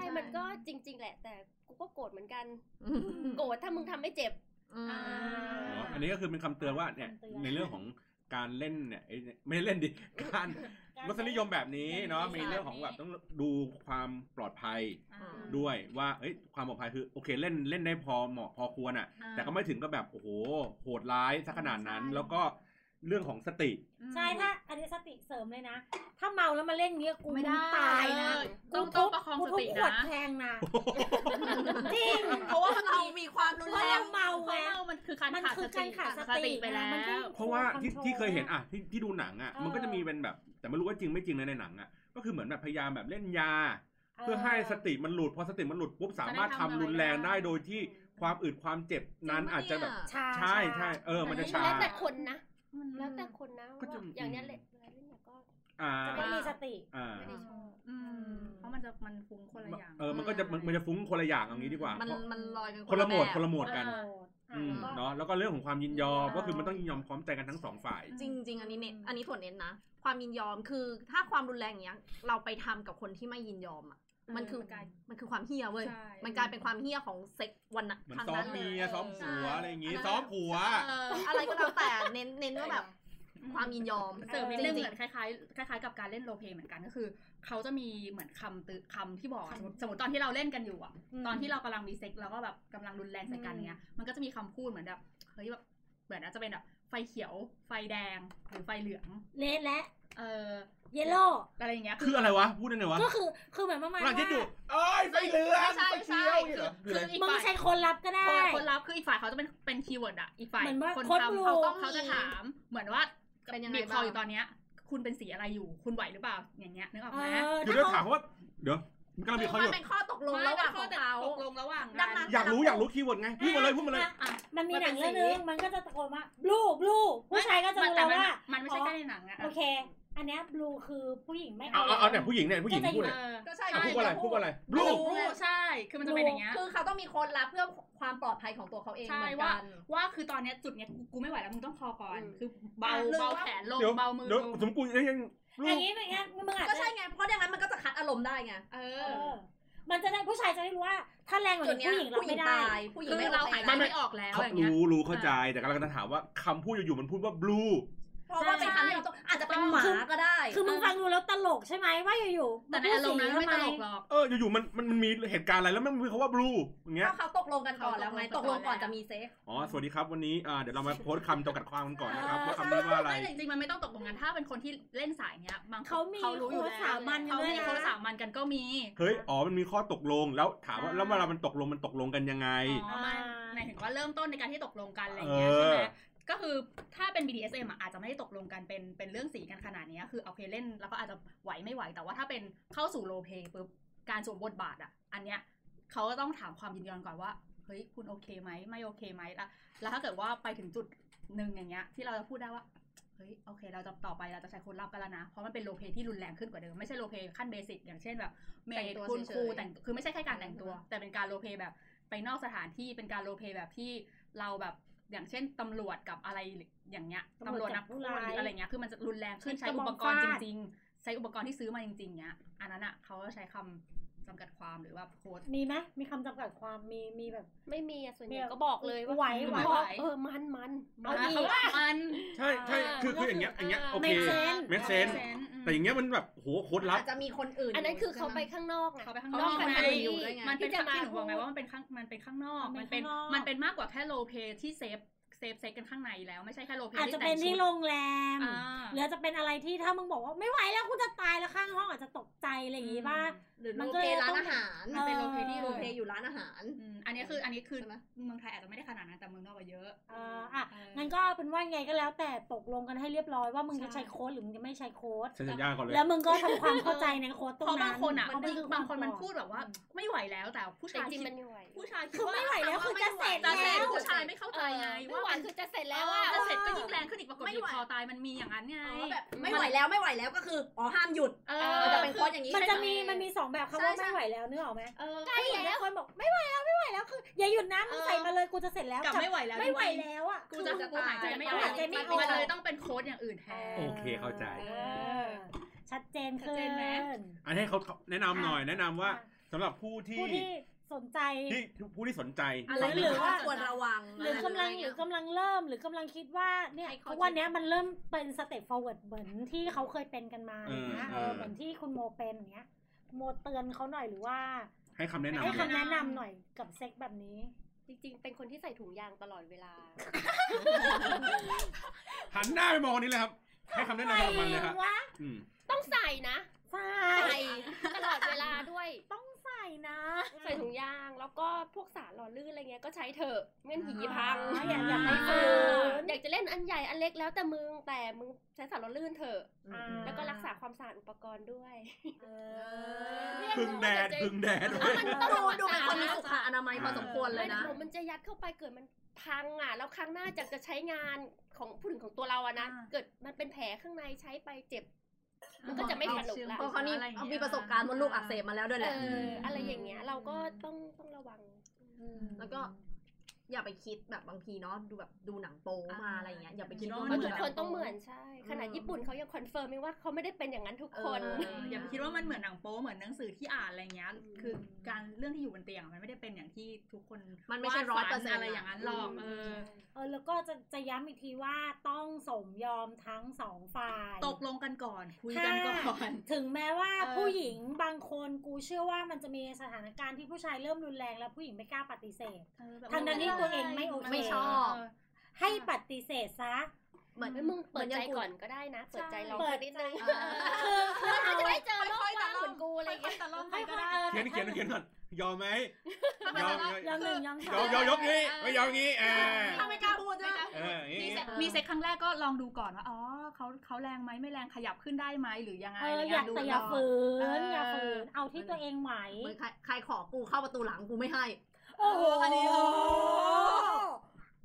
[SPEAKER 1] ใช่
[SPEAKER 6] มันก็จริง ๆ แหละ แต่กูก็โกรธเหมือนกัน โกรธถ้ามึงทำไม่เจ็บ
[SPEAKER 3] อืม
[SPEAKER 4] อ๋ออันนี้ก็คือเป็นคำเตือนว่าเนี่ย
[SPEAKER 2] คำเตือน
[SPEAKER 4] ในเรื่องของการเล่นเนี่ยไอ้เนี่ยไม่เล่นดิ การรสนิยมแบบนี้เนาะ มีเรื่องของแบบต้องดูความปลอดภัย
[SPEAKER 1] อ่า
[SPEAKER 4] ด้วยว่าเอ้ยความปลอดภัยคือโอเคเล่นเล่นได้พอเหมาะพอควรอ่ะ
[SPEAKER 1] อ่า
[SPEAKER 4] แต่ก็ไม่ถึงก็แบบโอ้โหโหดร้ายซะขนาดนั้น
[SPEAKER 1] ใช่
[SPEAKER 4] แล้วก็เรื่องของสติ
[SPEAKER 2] ใช่ถ้าอันนี้สติเสริมเลยนะ ถ้าเมาแล้วมาเล่นเงี้ยกู
[SPEAKER 1] ไม่ได้
[SPEAKER 2] ตายนะ
[SPEAKER 1] ต้อง
[SPEAKER 2] กูทุบ
[SPEAKER 1] ต้องประคอง
[SPEAKER 2] กู
[SPEAKER 1] ส
[SPEAKER 2] ทุบ
[SPEAKER 1] ติ
[SPEAKER 2] ขวด
[SPEAKER 1] นะ
[SPEAKER 2] แทง นะจริง
[SPEAKER 3] เพราะว่าเรามีความรุน
[SPEAKER 2] เพราะ
[SPEAKER 3] แร
[SPEAKER 2] เรา
[SPEAKER 3] ง
[SPEAKER 2] เมา
[SPEAKER 1] เพ
[SPEAKER 2] ไง
[SPEAKER 1] ราะเรามันคือการ
[SPEAKER 2] มัน
[SPEAKER 1] ขาด
[SPEAKER 2] คือ
[SPEAKER 1] ส
[SPEAKER 2] กา
[SPEAKER 1] ติ
[SPEAKER 2] รขาดสติ
[SPEAKER 1] ไปแล้
[SPEAKER 2] มันคือ
[SPEAKER 1] ว
[SPEAKER 4] เพราะว่าที่
[SPEAKER 2] control
[SPEAKER 4] ที่เคยเห็นอ่ะที่ที่ดูหนังอ่ะ
[SPEAKER 2] เออ
[SPEAKER 4] มันก็จะมีเป็นแบบ แต่ไม่รู้ว่าจริงไม่จริงนะในหนังอ่ะก็คือเหมือนแบบพยายามแบบเล่นยา เพื่อให้สติมันหลุดพอสติมันหลุดปุ๊บสามารถทำรุนแรงได้โดยที่ความอืดความเจ็บนั้นอาจจะแบบ
[SPEAKER 2] ชา
[SPEAKER 4] ใช่ใช่เออมันจะชา
[SPEAKER 6] แล้วแต่คนนะ
[SPEAKER 1] มัน
[SPEAKER 6] แล้วแต่คนนะ
[SPEAKER 4] ก็จะ
[SPEAKER 6] ว่าอย่างเนี้ยเลยเวลาเล่นเนี่ยก็
[SPEAKER 4] อ่า
[SPEAKER 2] จะไม่มีสติ
[SPEAKER 4] อ่า
[SPEAKER 6] ไม่ได้ชอบ
[SPEAKER 1] อืมเพราะมันจะมันฟุ้งคนละอย่าง
[SPEAKER 4] เออมันก็จะมันมันจะฟุ้งคนละอย่างเอางี้ดีกว่า
[SPEAKER 3] มัน
[SPEAKER 4] เพราะ
[SPEAKER 3] มันลอยกัน
[SPEAKER 4] คนละโหมด
[SPEAKER 3] แบบ
[SPEAKER 4] คนละโหมดกัน
[SPEAKER 1] เออ
[SPEAKER 4] อืม
[SPEAKER 2] อ่ะ
[SPEAKER 4] เนาะแล้วก็เรื่องของความยินยอม
[SPEAKER 1] อ่า
[SPEAKER 4] ก็คือมันต้องยินยอมพร้อมใจกันทั้งสองฝ่าย
[SPEAKER 3] จริงจริง ๆ อันนี้เน้นอันนี้ถั่วเน้นนะ ความยินยอมคือถ้าความรุนแรงอย่างเงี้ยเราไปทำกับคนที่ไม่ยินยอมอ่ะมันคือ
[SPEAKER 1] มันกลาย
[SPEAKER 3] มันคือความเฮี้ยเว้ย
[SPEAKER 1] ใช่
[SPEAKER 3] มันกลายเป็นความเฮี้ยของเซ็กวันนั้น
[SPEAKER 4] เหมือน
[SPEAKER 3] ครั้ง
[SPEAKER 4] ซ้อม
[SPEAKER 3] นั้นเล
[SPEAKER 4] เมี
[SPEAKER 3] ย
[SPEAKER 4] ยซ้อมผัวอะไรอย่างงี้ซ้อมผัว
[SPEAKER 3] เอออะไรก็แล้วแต่เน้นเน้นว่าแบบความยินยอม
[SPEAKER 1] เสริมนิดนึ
[SPEAKER 3] จ
[SPEAKER 1] งเห
[SPEAKER 3] ริ
[SPEAKER 1] มือง นคล้ายๆคล้ายๆกับการเล่นโรลเพลย์เหมือนกันก็คือ เขาจะมีเหมือนคำตือคำที่บอกอะสมมติสมมติตอนที่เราเล่นกันอยู่อะตอนที่เรากำลังมีเซ็กเราก็แบบกำลังรุนแรงใส่กันเนี้ยมันก็จะมีคำพูดเหมือนแบบเฮ้ยแบบเหมือนอาจจะเป็นแบบไฟเขียว ไฟแดงหรือไฟเหลือง
[SPEAKER 2] เละและ
[SPEAKER 1] เออ
[SPEAKER 2] เยลโล่
[SPEAKER 1] อะไรอย่างเงี้ย
[SPEAKER 4] คืออะไรวะ พูดได้ไงวะ
[SPEAKER 2] ก็คือคือเหมือนประมาณ
[SPEAKER 4] หลัง
[SPEAKER 2] ว่า
[SPEAKER 4] คิดดูเอ้ยไฟเหลือง
[SPEAKER 3] ใช่
[SPEAKER 4] ไฟ
[SPEAKER 3] ใช่
[SPEAKER 4] เขียวเนี่ยเหรอคือ
[SPEAKER 1] คือ
[SPEAKER 4] อะไร
[SPEAKER 1] อีก
[SPEAKER 2] มึง
[SPEAKER 1] ฝ่าย
[SPEAKER 2] ใช้คนรับก็ได้
[SPEAKER 1] คนคนรับคืออีกฝ่ายเขาจะเป็นเป็นคีย์เวิร์ดอะอีกฝ่าย
[SPEAKER 2] เหมือนว่า
[SPEAKER 1] คน
[SPEAKER 2] คน
[SPEAKER 1] ทำ
[SPEAKER 2] รู้
[SPEAKER 1] เขาต้องเขาจะถาม เหมือนว่า
[SPEAKER 3] เป็นยังไง
[SPEAKER 1] บีบค
[SPEAKER 3] บ้า
[SPEAKER 1] อง อยู่ตอนเนี้ย คุณเป็นสีอะไรอยู่คุณไหวหรือเปล่าอย่างเงี้ยนึกออก
[SPEAKER 2] เอ
[SPEAKER 1] ไหม
[SPEAKER 2] อ
[SPEAKER 4] อยู่ด้วยถามว่าเดี๋ยวมันกำลังมี
[SPEAKER 3] คื
[SPEAKER 4] เขา
[SPEAKER 3] อ
[SPEAKER 4] อ
[SPEAKER 3] มัน
[SPEAKER 4] ยู่
[SPEAKER 3] เป็นข้อตกลงระหว่างของเขา
[SPEAKER 1] ตกลงระหว่าง
[SPEAKER 3] ดังนั้น
[SPEAKER 4] อยากรู้อยากรู้คีย์เวิร์ดไงพูดมาเลยพูดมาเลย
[SPEAKER 2] อ่ะอ่ะมันมีหนังเรื่องนึงมันก็จะตะโกนว่าบลูบลูผู้ชายก็จะรู้แล้วว่า
[SPEAKER 1] มันไม่ใช่แค่ในหนังอะ
[SPEAKER 2] โอเค อันเนี้ยบลูคือผู้หญิงไม่
[SPEAKER 4] เอาเอาเอาเนี่ยผู้หญิงเนี่ยผู้หญิง
[SPEAKER 2] ก็จะ
[SPEAKER 4] พูด
[SPEAKER 2] อ
[SPEAKER 4] เลย
[SPEAKER 2] ยู่
[SPEAKER 3] ก็ใช่
[SPEAKER 4] อ่ะพูดว่าอะไรพูดว่าอะไรบลูก
[SPEAKER 1] รู้ใช่ คือมันจะเป็นอย่างเงี้ย
[SPEAKER 3] คือเขาต้องมีคนรับเพื่อความปลอดภัยของตัวเขาเอง
[SPEAKER 1] ใช่
[SPEAKER 3] เหมือน
[SPEAKER 1] ว่า
[SPEAKER 3] กัน
[SPEAKER 1] ว่าคือตอนเนี้ยจุดเนี้ยกูกูไม่ไหวแล้วมึงต้องพอก่อน
[SPEAKER 6] อืม
[SPEAKER 1] คือเบา
[SPEAKER 3] อ่ะหรือ
[SPEAKER 1] เบา
[SPEAKER 3] ว่า
[SPEAKER 1] แขนลง
[SPEAKER 4] เดี๋ยว
[SPEAKER 1] เบามือ
[SPEAKER 4] เดี๋ยว
[SPEAKER 1] ลง
[SPEAKER 4] สมกูยังยัง
[SPEAKER 2] อ
[SPEAKER 4] ลูก
[SPEAKER 2] ย่างนี้อย่างเงี้ยมึงอาจ
[SPEAKER 3] ก็
[SPEAKER 2] จะ
[SPEAKER 3] ใช่ไง เพราะอย่างนั้นมันก็จะคัดอารมณ์ได้ไง
[SPEAKER 1] เอ
[SPEAKER 2] เอ
[SPEAKER 1] อ
[SPEAKER 2] อ มันจะได้ผู้ชายจะได้รู้ว่า ถ้าแรงก
[SPEAKER 3] จุ
[SPEAKER 2] ว่า
[SPEAKER 3] ด
[SPEAKER 2] นี้
[SPEAKER 3] เนี้ย
[SPEAKER 2] ผู้หญิงรับ
[SPEAKER 3] ผู้หญิ
[SPEAKER 2] ไม่
[SPEAKER 3] ง
[SPEAKER 2] ได้
[SPEAKER 3] ตายผู้หญิงไม่โอเค
[SPEAKER 1] คือเราหายใจ
[SPEAKER 3] แล้ว
[SPEAKER 1] ไม่ออกแล้ว
[SPEAKER 4] เขา
[SPEAKER 1] อย่างเงี้ย
[SPEAKER 4] รู้รู้เข้าใจแต่กำลังจะถามว่าคำพูดอยู่ๆมันพูดว่าบลู
[SPEAKER 3] เพราะว่าเป็นคำที่เราต้องอาจจะเป็น เป็นหมา
[SPEAKER 2] คือ
[SPEAKER 3] ก็ได้
[SPEAKER 2] คือมึงฟังดูแล้วตลกใช่ไหมว่าอยู่ๆ
[SPEAKER 1] แต่ในอารมณ์นั้นไม่ตลกหรอก
[SPEAKER 5] เอออยู่ๆมันมันมันมีเหตุการณ์อะไรแล้วมันมีคำว่าบลูอย่างเงี้ย
[SPEAKER 3] ถ้าเขาตกลงกันก่อนแล้วไง
[SPEAKER 1] ต
[SPEAKER 3] ต
[SPEAKER 1] ก
[SPEAKER 3] ก
[SPEAKER 1] ล
[SPEAKER 3] ล
[SPEAKER 1] ง
[SPEAKER 3] ง
[SPEAKER 1] ก่
[SPEAKER 3] ก่
[SPEAKER 1] อ
[SPEAKER 3] อน นจะมีเซ็ก
[SPEAKER 5] อ๋อสวัสดีครับวันนี้อ่าเดี๋ยวเรามาโพสต์คำจำกัดความกันก่อนนะครับว่าคำนี้ว่าอะไร
[SPEAKER 1] ไม่แต่จริงๆมันไม่ต้องตกลงกันถ้าเป็นคนที่เล่นสายเนี้ยบางคน
[SPEAKER 2] เขามี
[SPEAKER 1] เขารู้อ
[SPEAKER 2] โค้
[SPEAKER 1] ยู่
[SPEAKER 2] ด
[SPEAKER 1] แล้ว
[SPEAKER 2] สามัญ
[SPEAKER 1] เขา
[SPEAKER 2] ด้วย
[SPEAKER 1] มี
[SPEAKER 2] นะ
[SPEAKER 1] คนสามัญกันก็มี
[SPEAKER 5] เฮ้ยอ๋อมันมีข้อตกลงแล้วถามว่าแล้วเวลามันตกลงมันตกลงกันยังไง
[SPEAKER 1] อ๋อมันหมายถึงว่าเริ่มต้นในการที่ตกลงกันอะไรอย่างเงี้ยใช่ไหม
[SPEAKER 5] เออ
[SPEAKER 1] ก็คือถ้าเป็น BDSM อะอาจจะไม่ได้ตกลงกันเป็นเป็นเรื่องสีกันขนาดเนี้ยคือเอาเพลเล่นแล้วก็อาจจะไหวไม่ไหวแต่ว่าถ้าเป็นเข้าสู่โรลเพลย์ปุ๊บการสวมบทบาทอ่ะ อันเนี้ยเขาก็ต้องถามความยินยอมก่อนว่าเฮ้ยคุณโอเคไหมไม่โอเคไหมแล้วแล้วถ้าเกิดว่าไปถึงจุดหนึ่งอย่างเงี้ยที่เราจะพูดได้ว่า เฮ้ยโอเคเราจะต่อไปเราจะใช้คนรับกันแล้วนะ เพราะมันเป็นโลเพที่รุนแรงขึ้นกว่าเดิม ไม่ใช่โลเพขั้นเบสิกอย่างเช่นแบบเม
[SPEAKER 3] แต่ง
[SPEAKER 1] ด
[SPEAKER 3] ตัว
[SPEAKER 1] คุณ
[SPEAKER 3] เฉ
[SPEAKER 1] ค
[SPEAKER 3] ยๆ
[SPEAKER 1] รูแต่งคือไม่ใช่แค่การแต่งตัว
[SPEAKER 3] อืม
[SPEAKER 1] แต่เป็นการโลเพแบบไปนอกสถานที่เป็นการโลเพแบบที่เราแบบอย่างเช่นตำรวจกับอะไรอย่างเงี้ยตำ
[SPEAKER 2] ตำ
[SPEAKER 1] ร
[SPEAKER 2] ร
[SPEAKER 1] ว
[SPEAKER 2] ว
[SPEAKER 1] จ
[SPEAKER 2] จ
[SPEAKER 1] นักโทษ
[SPEAKER 2] กับผู้ร้าย
[SPEAKER 1] หรืออะไรเงี้ยคือมันจะรุนแรงขึ้น
[SPEAKER 2] ใช้
[SPEAKER 1] ใช้อุปก
[SPEAKER 2] กระบ
[SPEAKER 1] ร
[SPEAKER 2] อง
[SPEAKER 1] ณ์จ
[SPEAKER 2] ฟาด
[SPEAKER 1] ริง ๆ ใช้อุปกรณ์ที่ซื้อมาจริงๆเงี้ยอันนั้นอ่ะเขาก็ใช้คำจำกัดความหรือว่าโค้ด
[SPEAKER 2] มีไหมมีคำจำกัดความมีมีแบบ
[SPEAKER 6] ไม่มีอะส่วนให
[SPEAKER 2] เนี่
[SPEAKER 6] ญ่
[SPEAKER 2] ย
[SPEAKER 6] ก็บอกเลยว่า
[SPEAKER 2] ไหว
[SPEAKER 6] คุณ
[SPEAKER 2] ไหว
[SPEAKER 6] พ่อเออมันมัน
[SPEAKER 2] เอาอีก
[SPEAKER 1] เขาว่ามัน
[SPEAKER 5] ใช่ใช่คือคืออย่างเงี้ยอย่างเงี้ยโอเค
[SPEAKER 2] make sense
[SPEAKER 5] make sense
[SPEAKER 1] อืม
[SPEAKER 5] แต่อย่างเงี้ยมันแบบโหโคตรลับ
[SPEAKER 3] อาจจะมีคนอื่น
[SPEAKER 6] อันนั้นคือเขาไปข้างนอกไง
[SPEAKER 1] เขาไปข้างนอก
[SPEAKER 6] เขา
[SPEAKER 1] มัน
[SPEAKER 6] ไป
[SPEAKER 1] เป็นอยู่
[SPEAKER 6] ข้างนอกด้วยไง
[SPEAKER 1] มันเป็น
[SPEAKER 6] ที่จะ
[SPEAKER 1] ที่หนูบอ
[SPEAKER 6] มา
[SPEAKER 1] กไงว่ามันเป็นข้างมันเป็นข้างนอก
[SPEAKER 2] มั
[SPEAKER 1] มัน
[SPEAKER 2] นเป็
[SPEAKER 1] เป็น
[SPEAKER 2] นข้างนอก
[SPEAKER 1] มันเป็นมากกว่าแค่โลเพที่เซฟเซฟเซ็กกันข้างในแล้วไม่ใช่แค่โลเพ
[SPEAKER 2] อาจจะ
[SPEAKER 1] ที่แต่
[SPEAKER 2] เป็น
[SPEAKER 1] งชุ
[SPEAKER 2] ที่
[SPEAKER 1] ด
[SPEAKER 2] โรงแรม
[SPEAKER 1] อ่า
[SPEAKER 2] หรืออาจจะเป็นอะไรที่ถ้ามึงบอกว่าไม่ไหวแล้วกูจะตายแล้วข้างห้องอาจจะตกใจอะไรอย่างงี้ป่ะ
[SPEAKER 3] หรือ
[SPEAKER 2] มัน
[SPEAKER 3] โรล
[SPEAKER 2] ก็
[SPEAKER 3] เพ
[SPEAKER 2] เลย
[SPEAKER 3] ลย์
[SPEAKER 2] ต้อ
[SPEAKER 3] ร้า
[SPEAKER 2] ง
[SPEAKER 3] นอาหาร
[SPEAKER 1] มันเป็นโลเพที่
[SPEAKER 2] เออ
[SPEAKER 3] โร
[SPEAKER 1] โล
[SPEAKER 3] ล
[SPEAKER 1] เพ
[SPEAKER 3] เพลย์อยู่ร้านอาหาร
[SPEAKER 1] อืมอันนี้คืออันนี้คือ
[SPEAKER 3] ใช่ไหม
[SPEAKER 1] เมืองไทยอาจจะไม่ได้ขนาดนั้นแต่เมืองนอกอะเยอะ
[SPEAKER 2] เอ่ออ่ะ
[SPEAKER 1] เออ
[SPEAKER 2] งั้นก็เป็นว่าไงก็แล้วแต่ตกลงกันให้เรียบร้อยว่ามึงจะ
[SPEAKER 1] ใช่
[SPEAKER 2] ใช้โค้ดหรือมึงจะไม่ใช้โค้ด
[SPEAKER 5] ฉันสัญญาก่อนเลย
[SPEAKER 2] แล้วมึงก็ทำความเข้าใจในโค้ดตรง
[SPEAKER 1] เพราะ
[SPEAKER 2] นั้
[SPEAKER 1] บาง
[SPEAKER 2] น
[SPEAKER 1] คนอะ
[SPEAKER 2] เพระมัอบ
[SPEAKER 1] างคนมันพูด
[SPEAKER 2] ด
[SPEAKER 1] แบบว่าไม่ไหวแล้วแต่ผู้
[SPEAKER 6] แต่
[SPEAKER 1] ชาย
[SPEAKER 6] จริง
[SPEAKER 1] คิด
[SPEAKER 6] มันยังไหว
[SPEAKER 1] ผู้ชายคิด
[SPEAKER 2] คือ
[SPEAKER 1] ว่า
[SPEAKER 2] ไม่ไหวแล้วคือจะเสร็จ
[SPEAKER 1] แต่
[SPEAKER 2] แล้ว
[SPEAKER 1] ผู้ชายไม่เข้าใจไง
[SPEAKER 6] เออไม่
[SPEAKER 1] ว่า
[SPEAKER 6] ไหว
[SPEAKER 1] มัน
[SPEAKER 6] คือจะเสร็จแล้วอะ
[SPEAKER 1] จะเสร็จก็ยิ่งแรงขึ้นอีกปรากฏ
[SPEAKER 3] ไม่
[SPEAKER 1] บีบ
[SPEAKER 3] ไหว
[SPEAKER 1] คอตายมันมีอย่างนั้นไง
[SPEAKER 3] อ๋อแบบไม่ไหวแล้วไม่ไหวแล้วก็คืออ๋อห้ามหยุด
[SPEAKER 1] เออ
[SPEAKER 3] มันจะเป็นโค้ดอย่างนี้
[SPEAKER 2] มันจะมีมันมีสองแบบคำ
[SPEAKER 3] ใช่
[SPEAKER 2] ว่า
[SPEAKER 3] ใช่
[SPEAKER 2] ไม่ไหวแล้วนึกออกไหม
[SPEAKER 1] เออ
[SPEAKER 6] ใกล้
[SPEAKER 2] ผู้หญิง
[SPEAKER 6] แล้ว
[SPEAKER 2] บางคนบอกไม่ไหวแล้วไม่ไหวแล้วคือ อย่าหยุดนะมึง
[SPEAKER 1] เออ
[SPEAKER 2] ใส่มาเลยกูจะเสร็จแล้ว
[SPEAKER 1] กลับไม่ไหวแล้ว
[SPEAKER 2] ไม่ไหว
[SPEAKER 1] ด้วย
[SPEAKER 2] แล้วอ่ะ
[SPEAKER 1] กูจะกูหายใจไม่ออก
[SPEAKER 2] หายใจไม่ออก
[SPEAKER 1] มันเลยต้องเป็นโค้ดอย่างอื่นแทน
[SPEAKER 5] โอเคเข้าใจ
[SPEAKER 2] ออชัดเจนขึ้
[SPEAKER 1] ชัดเจนไหม
[SPEAKER 2] น
[SPEAKER 5] อันนี้เขาแนะนำหน่อยแนะนำว่าสำหรับผู้ที่
[SPEAKER 2] ผู้ที่สนใจ
[SPEAKER 5] ที่ผู้ที่สนใจ
[SPEAKER 3] อะ
[SPEAKER 2] ห
[SPEAKER 3] ไร
[SPEAKER 2] รือหรือว่า
[SPEAKER 3] ควรระวัง
[SPEAKER 2] หรือกำลังหรือกำลังเริ่มหรือกำลังคิดว่าเนี่ย
[SPEAKER 3] ใครเขา
[SPEAKER 2] ทุกวันเนี้ยมันเริ่มเป็นสเต็ป forward เหมือนที่เขาเคยเป็นกันมา
[SPEAKER 5] เออ
[SPEAKER 2] นะเอ
[SPEAKER 5] เอ
[SPEAKER 2] อ
[SPEAKER 5] อ
[SPEAKER 2] เหมือนที่คุณโมเป็นอย่างเงี้ยโมเตือนเขาหน่อยหรือว่า
[SPEAKER 5] ให้คำแนะนำ
[SPEAKER 2] ให้
[SPEAKER 5] ห
[SPEAKER 2] คำ
[SPEAKER 5] น่อย
[SPEAKER 2] แนะนำหน่อยกับเซ็กแบบนี้
[SPEAKER 6] จริงๆ เป็นคนที่ใส่ถุงยางตลอดเวลา
[SPEAKER 5] หันหน้าไปมองคนนี้เลยครับ ให้คำแนะนำกับมันเลยครับ
[SPEAKER 2] วะ
[SPEAKER 5] อืม
[SPEAKER 6] ต้องใส่นะ
[SPEAKER 2] ใส่
[SPEAKER 6] ใส่ตลอดเวลาด้วย
[SPEAKER 2] ต้องใส่นะ
[SPEAKER 6] ใส่ถุงยางแล้วก็พวกสารหล่อลื่นอะไรเงี้ยก็ใช้เถอะไม่งั้นหีพัง
[SPEAKER 2] อ๋ออย่าอย่าไป
[SPEAKER 6] เอ
[SPEAKER 2] ฝื
[SPEAKER 6] อน อยากจะเล่นอันใหญ่อันเล็กแล้วแต่มึงแต่มึงใช้สารหล่อลื่นเถอะ
[SPEAKER 2] อ่า
[SPEAKER 6] แล้วก็รักษาความสะอาดอุปกรณ์ด้วย
[SPEAKER 2] เอ
[SPEAKER 6] เรี
[SPEAKER 2] อย
[SPEAKER 6] ก
[SPEAKER 5] พึ่งแดดพึ่งแดดด้วย
[SPEAKER 6] มันต้
[SPEAKER 3] ต้
[SPEAKER 6] อ
[SPEAKER 3] องง
[SPEAKER 6] ระวัง
[SPEAKER 3] ดูเป็นคนมีสุขอนามัยพอสมควรเล
[SPEAKER 6] ไม่
[SPEAKER 3] ยนะ
[SPEAKER 6] ผมมันจะยัดเข้าไปเกิดมันพังอ่ะแล้วครั้งหน้าจากจะใช้งานของผู้ถึงของตัวเราอะนะ
[SPEAKER 1] อ่า
[SPEAKER 6] เกิดมันเป็นแผลข้างในใช้ไปเจ็บ มันก็จะไม่สนุกละ
[SPEAKER 3] เพราะเขานี่มีประสบการณ์มดลูกอักเสบมาแล้วด้วยแห
[SPEAKER 6] เอ
[SPEAKER 3] ละ
[SPEAKER 6] ออะไรอย่างเงี้ยเราก็ต้องต้องระวัง
[SPEAKER 3] แล้วก็อย่าไปคิดแบบบางทีเนาะดูแบบดูหนังโป๊มาอะไรอย่างเงี้ยอย่าไปคิดว่า
[SPEAKER 1] มั
[SPEAKER 3] มัน
[SPEAKER 1] ห
[SPEAKER 6] เพราะ
[SPEAKER 1] มื
[SPEAKER 3] แบ
[SPEAKER 1] อ
[SPEAKER 6] ทุก
[SPEAKER 3] บ
[SPEAKER 6] คนต้องเหมือนใช่ ขนาด
[SPEAKER 3] อืม
[SPEAKER 6] ญี่ปุ่นเขายังคอนเฟิร์มไม่ว่าเขาไม่ได้เป็นอย่างนั้นทุกคน
[SPEAKER 3] เออ
[SPEAKER 1] อย่าไปคิดว่ามันเหมือนหนังโป๊เหมือนหนังสือที่อ่านอะไรเงี้ย คือการเรื่องที่อยู่บนเตียงอะมันไม่ได้เป็นอย่างที่ทุกคน
[SPEAKER 3] มันไม่ใช่
[SPEAKER 1] วาดฝั
[SPEAKER 3] 100%
[SPEAKER 1] อะไรอย่างนั้นหรอก
[SPEAKER 3] อืม
[SPEAKER 1] เออ
[SPEAKER 2] เออแล้วก็จะจะย้ำอีกทีว่าต้องสมยอมทั้งสองฝ่าย
[SPEAKER 1] ตกลงกันก่อน คุยกันก่อน
[SPEAKER 2] ถึงแม้ว่า
[SPEAKER 1] เออ
[SPEAKER 2] ผู้หญิงบางคนกูเชื่อว่ามันจะมีสถานการณ์ที่ผู้ชายเริ่มรุนแรงแล้วผู้หญิงไม่กล้าปฏิเสธ
[SPEAKER 1] เออแบบ
[SPEAKER 2] ทางนั้นนี่ตัวเองไม่โอเค
[SPEAKER 3] ไม่ชอบ
[SPEAKER 1] เ
[SPEAKER 2] ให้ปฏิเสธซะ
[SPEAKER 3] เหมือน
[SPEAKER 6] เฮ้ยมึงเปิดใจก่อนก็ได้นะ เปิดใจลอง
[SPEAKER 2] เปิด
[SPEAKER 6] สักนิดนึง
[SPEAKER 3] ใจ
[SPEAKER 2] คือคือ
[SPEAKER 6] มัน
[SPEAKER 2] เอา
[SPEAKER 6] จะ
[SPEAKER 2] ไว้
[SPEAKER 6] ได้เจอโลกกว้างเหมือนกูอะไร
[SPEAKER 1] ค่อ
[SPEAKER 6] เงี้
[SPEAKER 1] ย
[SPEAKER 6] ย
[SPEAKER 1] ๆตะล่อมไป
[SPEAKER 2] ให้
[SPEAKER 1] ก็
[SPEAKER 2] คนเอ
[SPEAKER 1] ได้
[SPEAKER 2] อ
[SPEAKER 5] เขียนเขียนเขียนก่อนยอมไหมยอมยอม
[SPEAKER 2] ยอมหนึ่งยอมส
[SPEAKER 5] ย
[SPEAKER 2] อ
[SPEAKER 5] อง มยอมยกนี้ไม่ยอมงี้อ่า
[SPEAKER 3] ถ้าไม่กล้าพูดด้วย
[SPEAKER 5] เอออย่าง
[SPEAKER 1] มี
[SPEAKER 5] งี้
[SPEAKER 1] เซ็กมีเซ็กครั้งแรกก็ลองดูก่อนว่าอ๋อเขาเขาแรงไหมไม่แรงขยับขึ้นได้ไหมหรือยังไง
[SPEAKER 2] เออ
[SPEAKER 1] อะไร
[SPEAKER 2] อ
[SPEAKER 1] เงี้
[SPEAKER 2] ยาก
[SPEAKER 1] ดู
[SPEAKER 2] แต่อย่า
[SPEAKER 1] ก่น
[SPEAKER 2] ฝื
[SPEAKER 1] เอน ออ
[SPEAKER 2] อย่าฝืนเอาที่ตัวเองไหว
[SPEAKER 3] เหมือนใครใครขอกูเข้าประตูหลังกูไม่ให้
[SPEAKER 2] โอ้โห
[SPEAKER 3] อันนี้โอ้
[SPEAKER 2] โอ้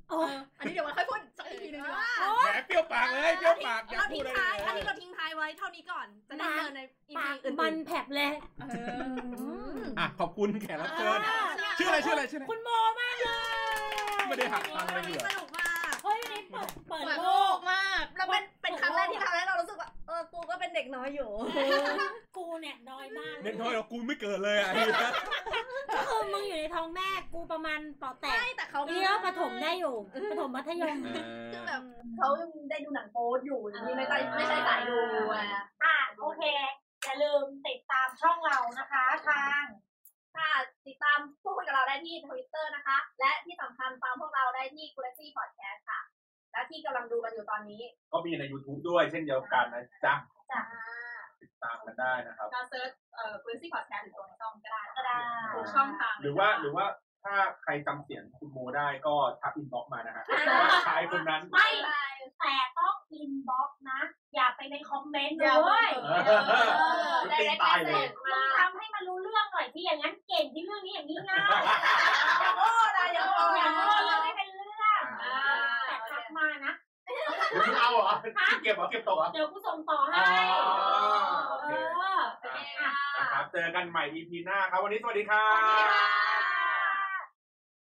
[SPEAKER 1] เอออันนี้เดี๋ยวไว้ค่อยพูดสักอีพีหนึงดีกว่า
[SPEAKER 5] แหมเปรี้ยวปากเลยเปรี้ยวปากอยาก
[SPEAKER 3] เรา
[SPEAKER 5] พู
[SPEAKER 3] ทิ้
[SPEAKER 5] ด
[SPEAKER 3] ง
[SPEAKER 5] อะไร
[SPEAKER 3] ท้าย
[SPEAKER 5] เลย
[SPEAKER 3] อันนี้เราทิ้งท้ายไว้เท่านี้ก่อน จะได้เจอในอี
[SPEAKER 2] ปา
[SPEAKER 3] พี
[SPEAKER 2] ก
[SPEAKER 3] อื่น
[SPEAKER 2] มันแผลบเลย
[SPEAKER 1] เอ
[SPEAKER 2] อื
[SPEAKER 1] อ
[SPEAKER 2] ม
[SPEAKER 5] อ่ะขอบคุณแขกรับเชิญ ชื่ออะไรชื่ออะไรชื่ออะไร
[SPEAKER 2] คุณโมมากเลย
[SPEAKER 5] ไม่ได้หักตังค์เลยเหรอ
[SPEAKER 3] สนุกมาก
[SPEAKER 2] เฮ้ยวันนี้เปิดเปิด
[SPEAKER 1] เปิด
[SPEAKER 2] โล
[SPEAKER 1] โล
[SPEAKER 2] ก
[SPEAKER 1] กมาก
[SPEAKER 3] เราเป็นเป็นครั้งแรกที่ทำให้เรารู้สึกว่าเออกูก็เป็นเด็กน้อยอยู่
[SPEAKER 2] กูเนี่ยน้อยมาก
[SPEAKER 5] เน้นน้อยเหรอกูไม่เกิดเลยอ่ะ
[SPEAKER 2] ก็คือมึงอยู่ในท้องแม่กู ประมาณปอแตก
[SPEAKER 3] ใช่แต่เขา
[SPEAKER 2] เลี้ยวประถมได้อยู่ประถมมัธยม
[SPEAKER 4] เออ
[SPEAKER 3] คือแบบ
[SPEAKER 1] เขายังได้ดูหนังโป๊อยู่นี่ไม่ใช่ไม่ใช่สายดูอ่ะ
[SPEAKER 2] อ่ะโอเคอย่าลืมติดตามช่องเรานะคะทาง
[SPEAKER 1] ค่ะติดตามพูดคุยกับเราได้ที่ทวิตเตอร์นะคะ และที่สำคัญฟังพวกเราได้ที่ g a l a x y Podcast ค่ะ และที่กำลังดูกันอยู่ตอนนี้
[SPEAKER 5] ก็มีใน YouTube ด้วยเช่นเดียวกันนะจ๊ะ
[SPEAKER 1] จ้า
[SPEAKER 5] ติดตามกันได้นะครับ
[SPEAKER 1] ก็เซิร์ชเอ่อ g a l a x y Podcast หรือตรงในช่องก็ได้
[SPEAKER 2] ก็ได้
[SPEAKER 1] ทุกช่องทาง
[SPEAKER 5] หรือว่าหรือว่าถ้าใครจำเสียงคุณโมได้ก็ทักอินบ็อกซ์มานะฮะว่าชายคนนั้น
[SPEAKER 2] ไม่ แต่ต้องอินบ็อกซ์นะ อย่าไปในคอมเมนต์
[SPEAKER 1] เดี๋ยว
[SPEAKER 2] ด้วย
[SPEAKER 1] เออได้ได้
[SPEAKER 5] ตีตาย
[SPEAKER 1] เส
[SPEAKER 5] เลย
[SPEAKER 1] ร็จ
[SPEAKER 2] มึ
[SPEAKER 1] มาง
[SPEAKER 2] ทำให้มันรู้เรื่องหน่อยที่อย่างนั้นเก่งที่เรื่องนี้อย่างนี้ง่าย
[SPEAKER 1] อย่าโง่นะอ
[SPEAKER 2] อย่
[SPEAKER 1] า
[SPEAKER 2] ย่า
[SPEAKER 1] โง่
[SPEAKER 2] โง่
[SPEAKER 1] เล
[SPEAKER 2] เรื่อง
[SPEAKER 1] ย
[SPEAKER 2] ไม่เป็นเรื่อง
[SPEAKER 1] อ่า
[SPEAKER 2] แต่ทักมานะ
[SPEAKER 5] เดี๋ยวคุณเอาเหรอเก็บเหรอเก็บตกเหรอ
[SPEAKER 2] เดี๋ยวกูส่งต่อให้
[SPEAKER 5] อ๋อโอเค
[SPEAKER 2] เออ
[SPEAKER 1] โอเคค่ะ
[SPEAKER 5] นะครับเจอกันใหม่ EP หน้าครับ วันนี้สวัสดีครั
[SPEAKER 1] สวัสดี
[SPEAKER 5] บ
[SPEAKER 1] ค่ะ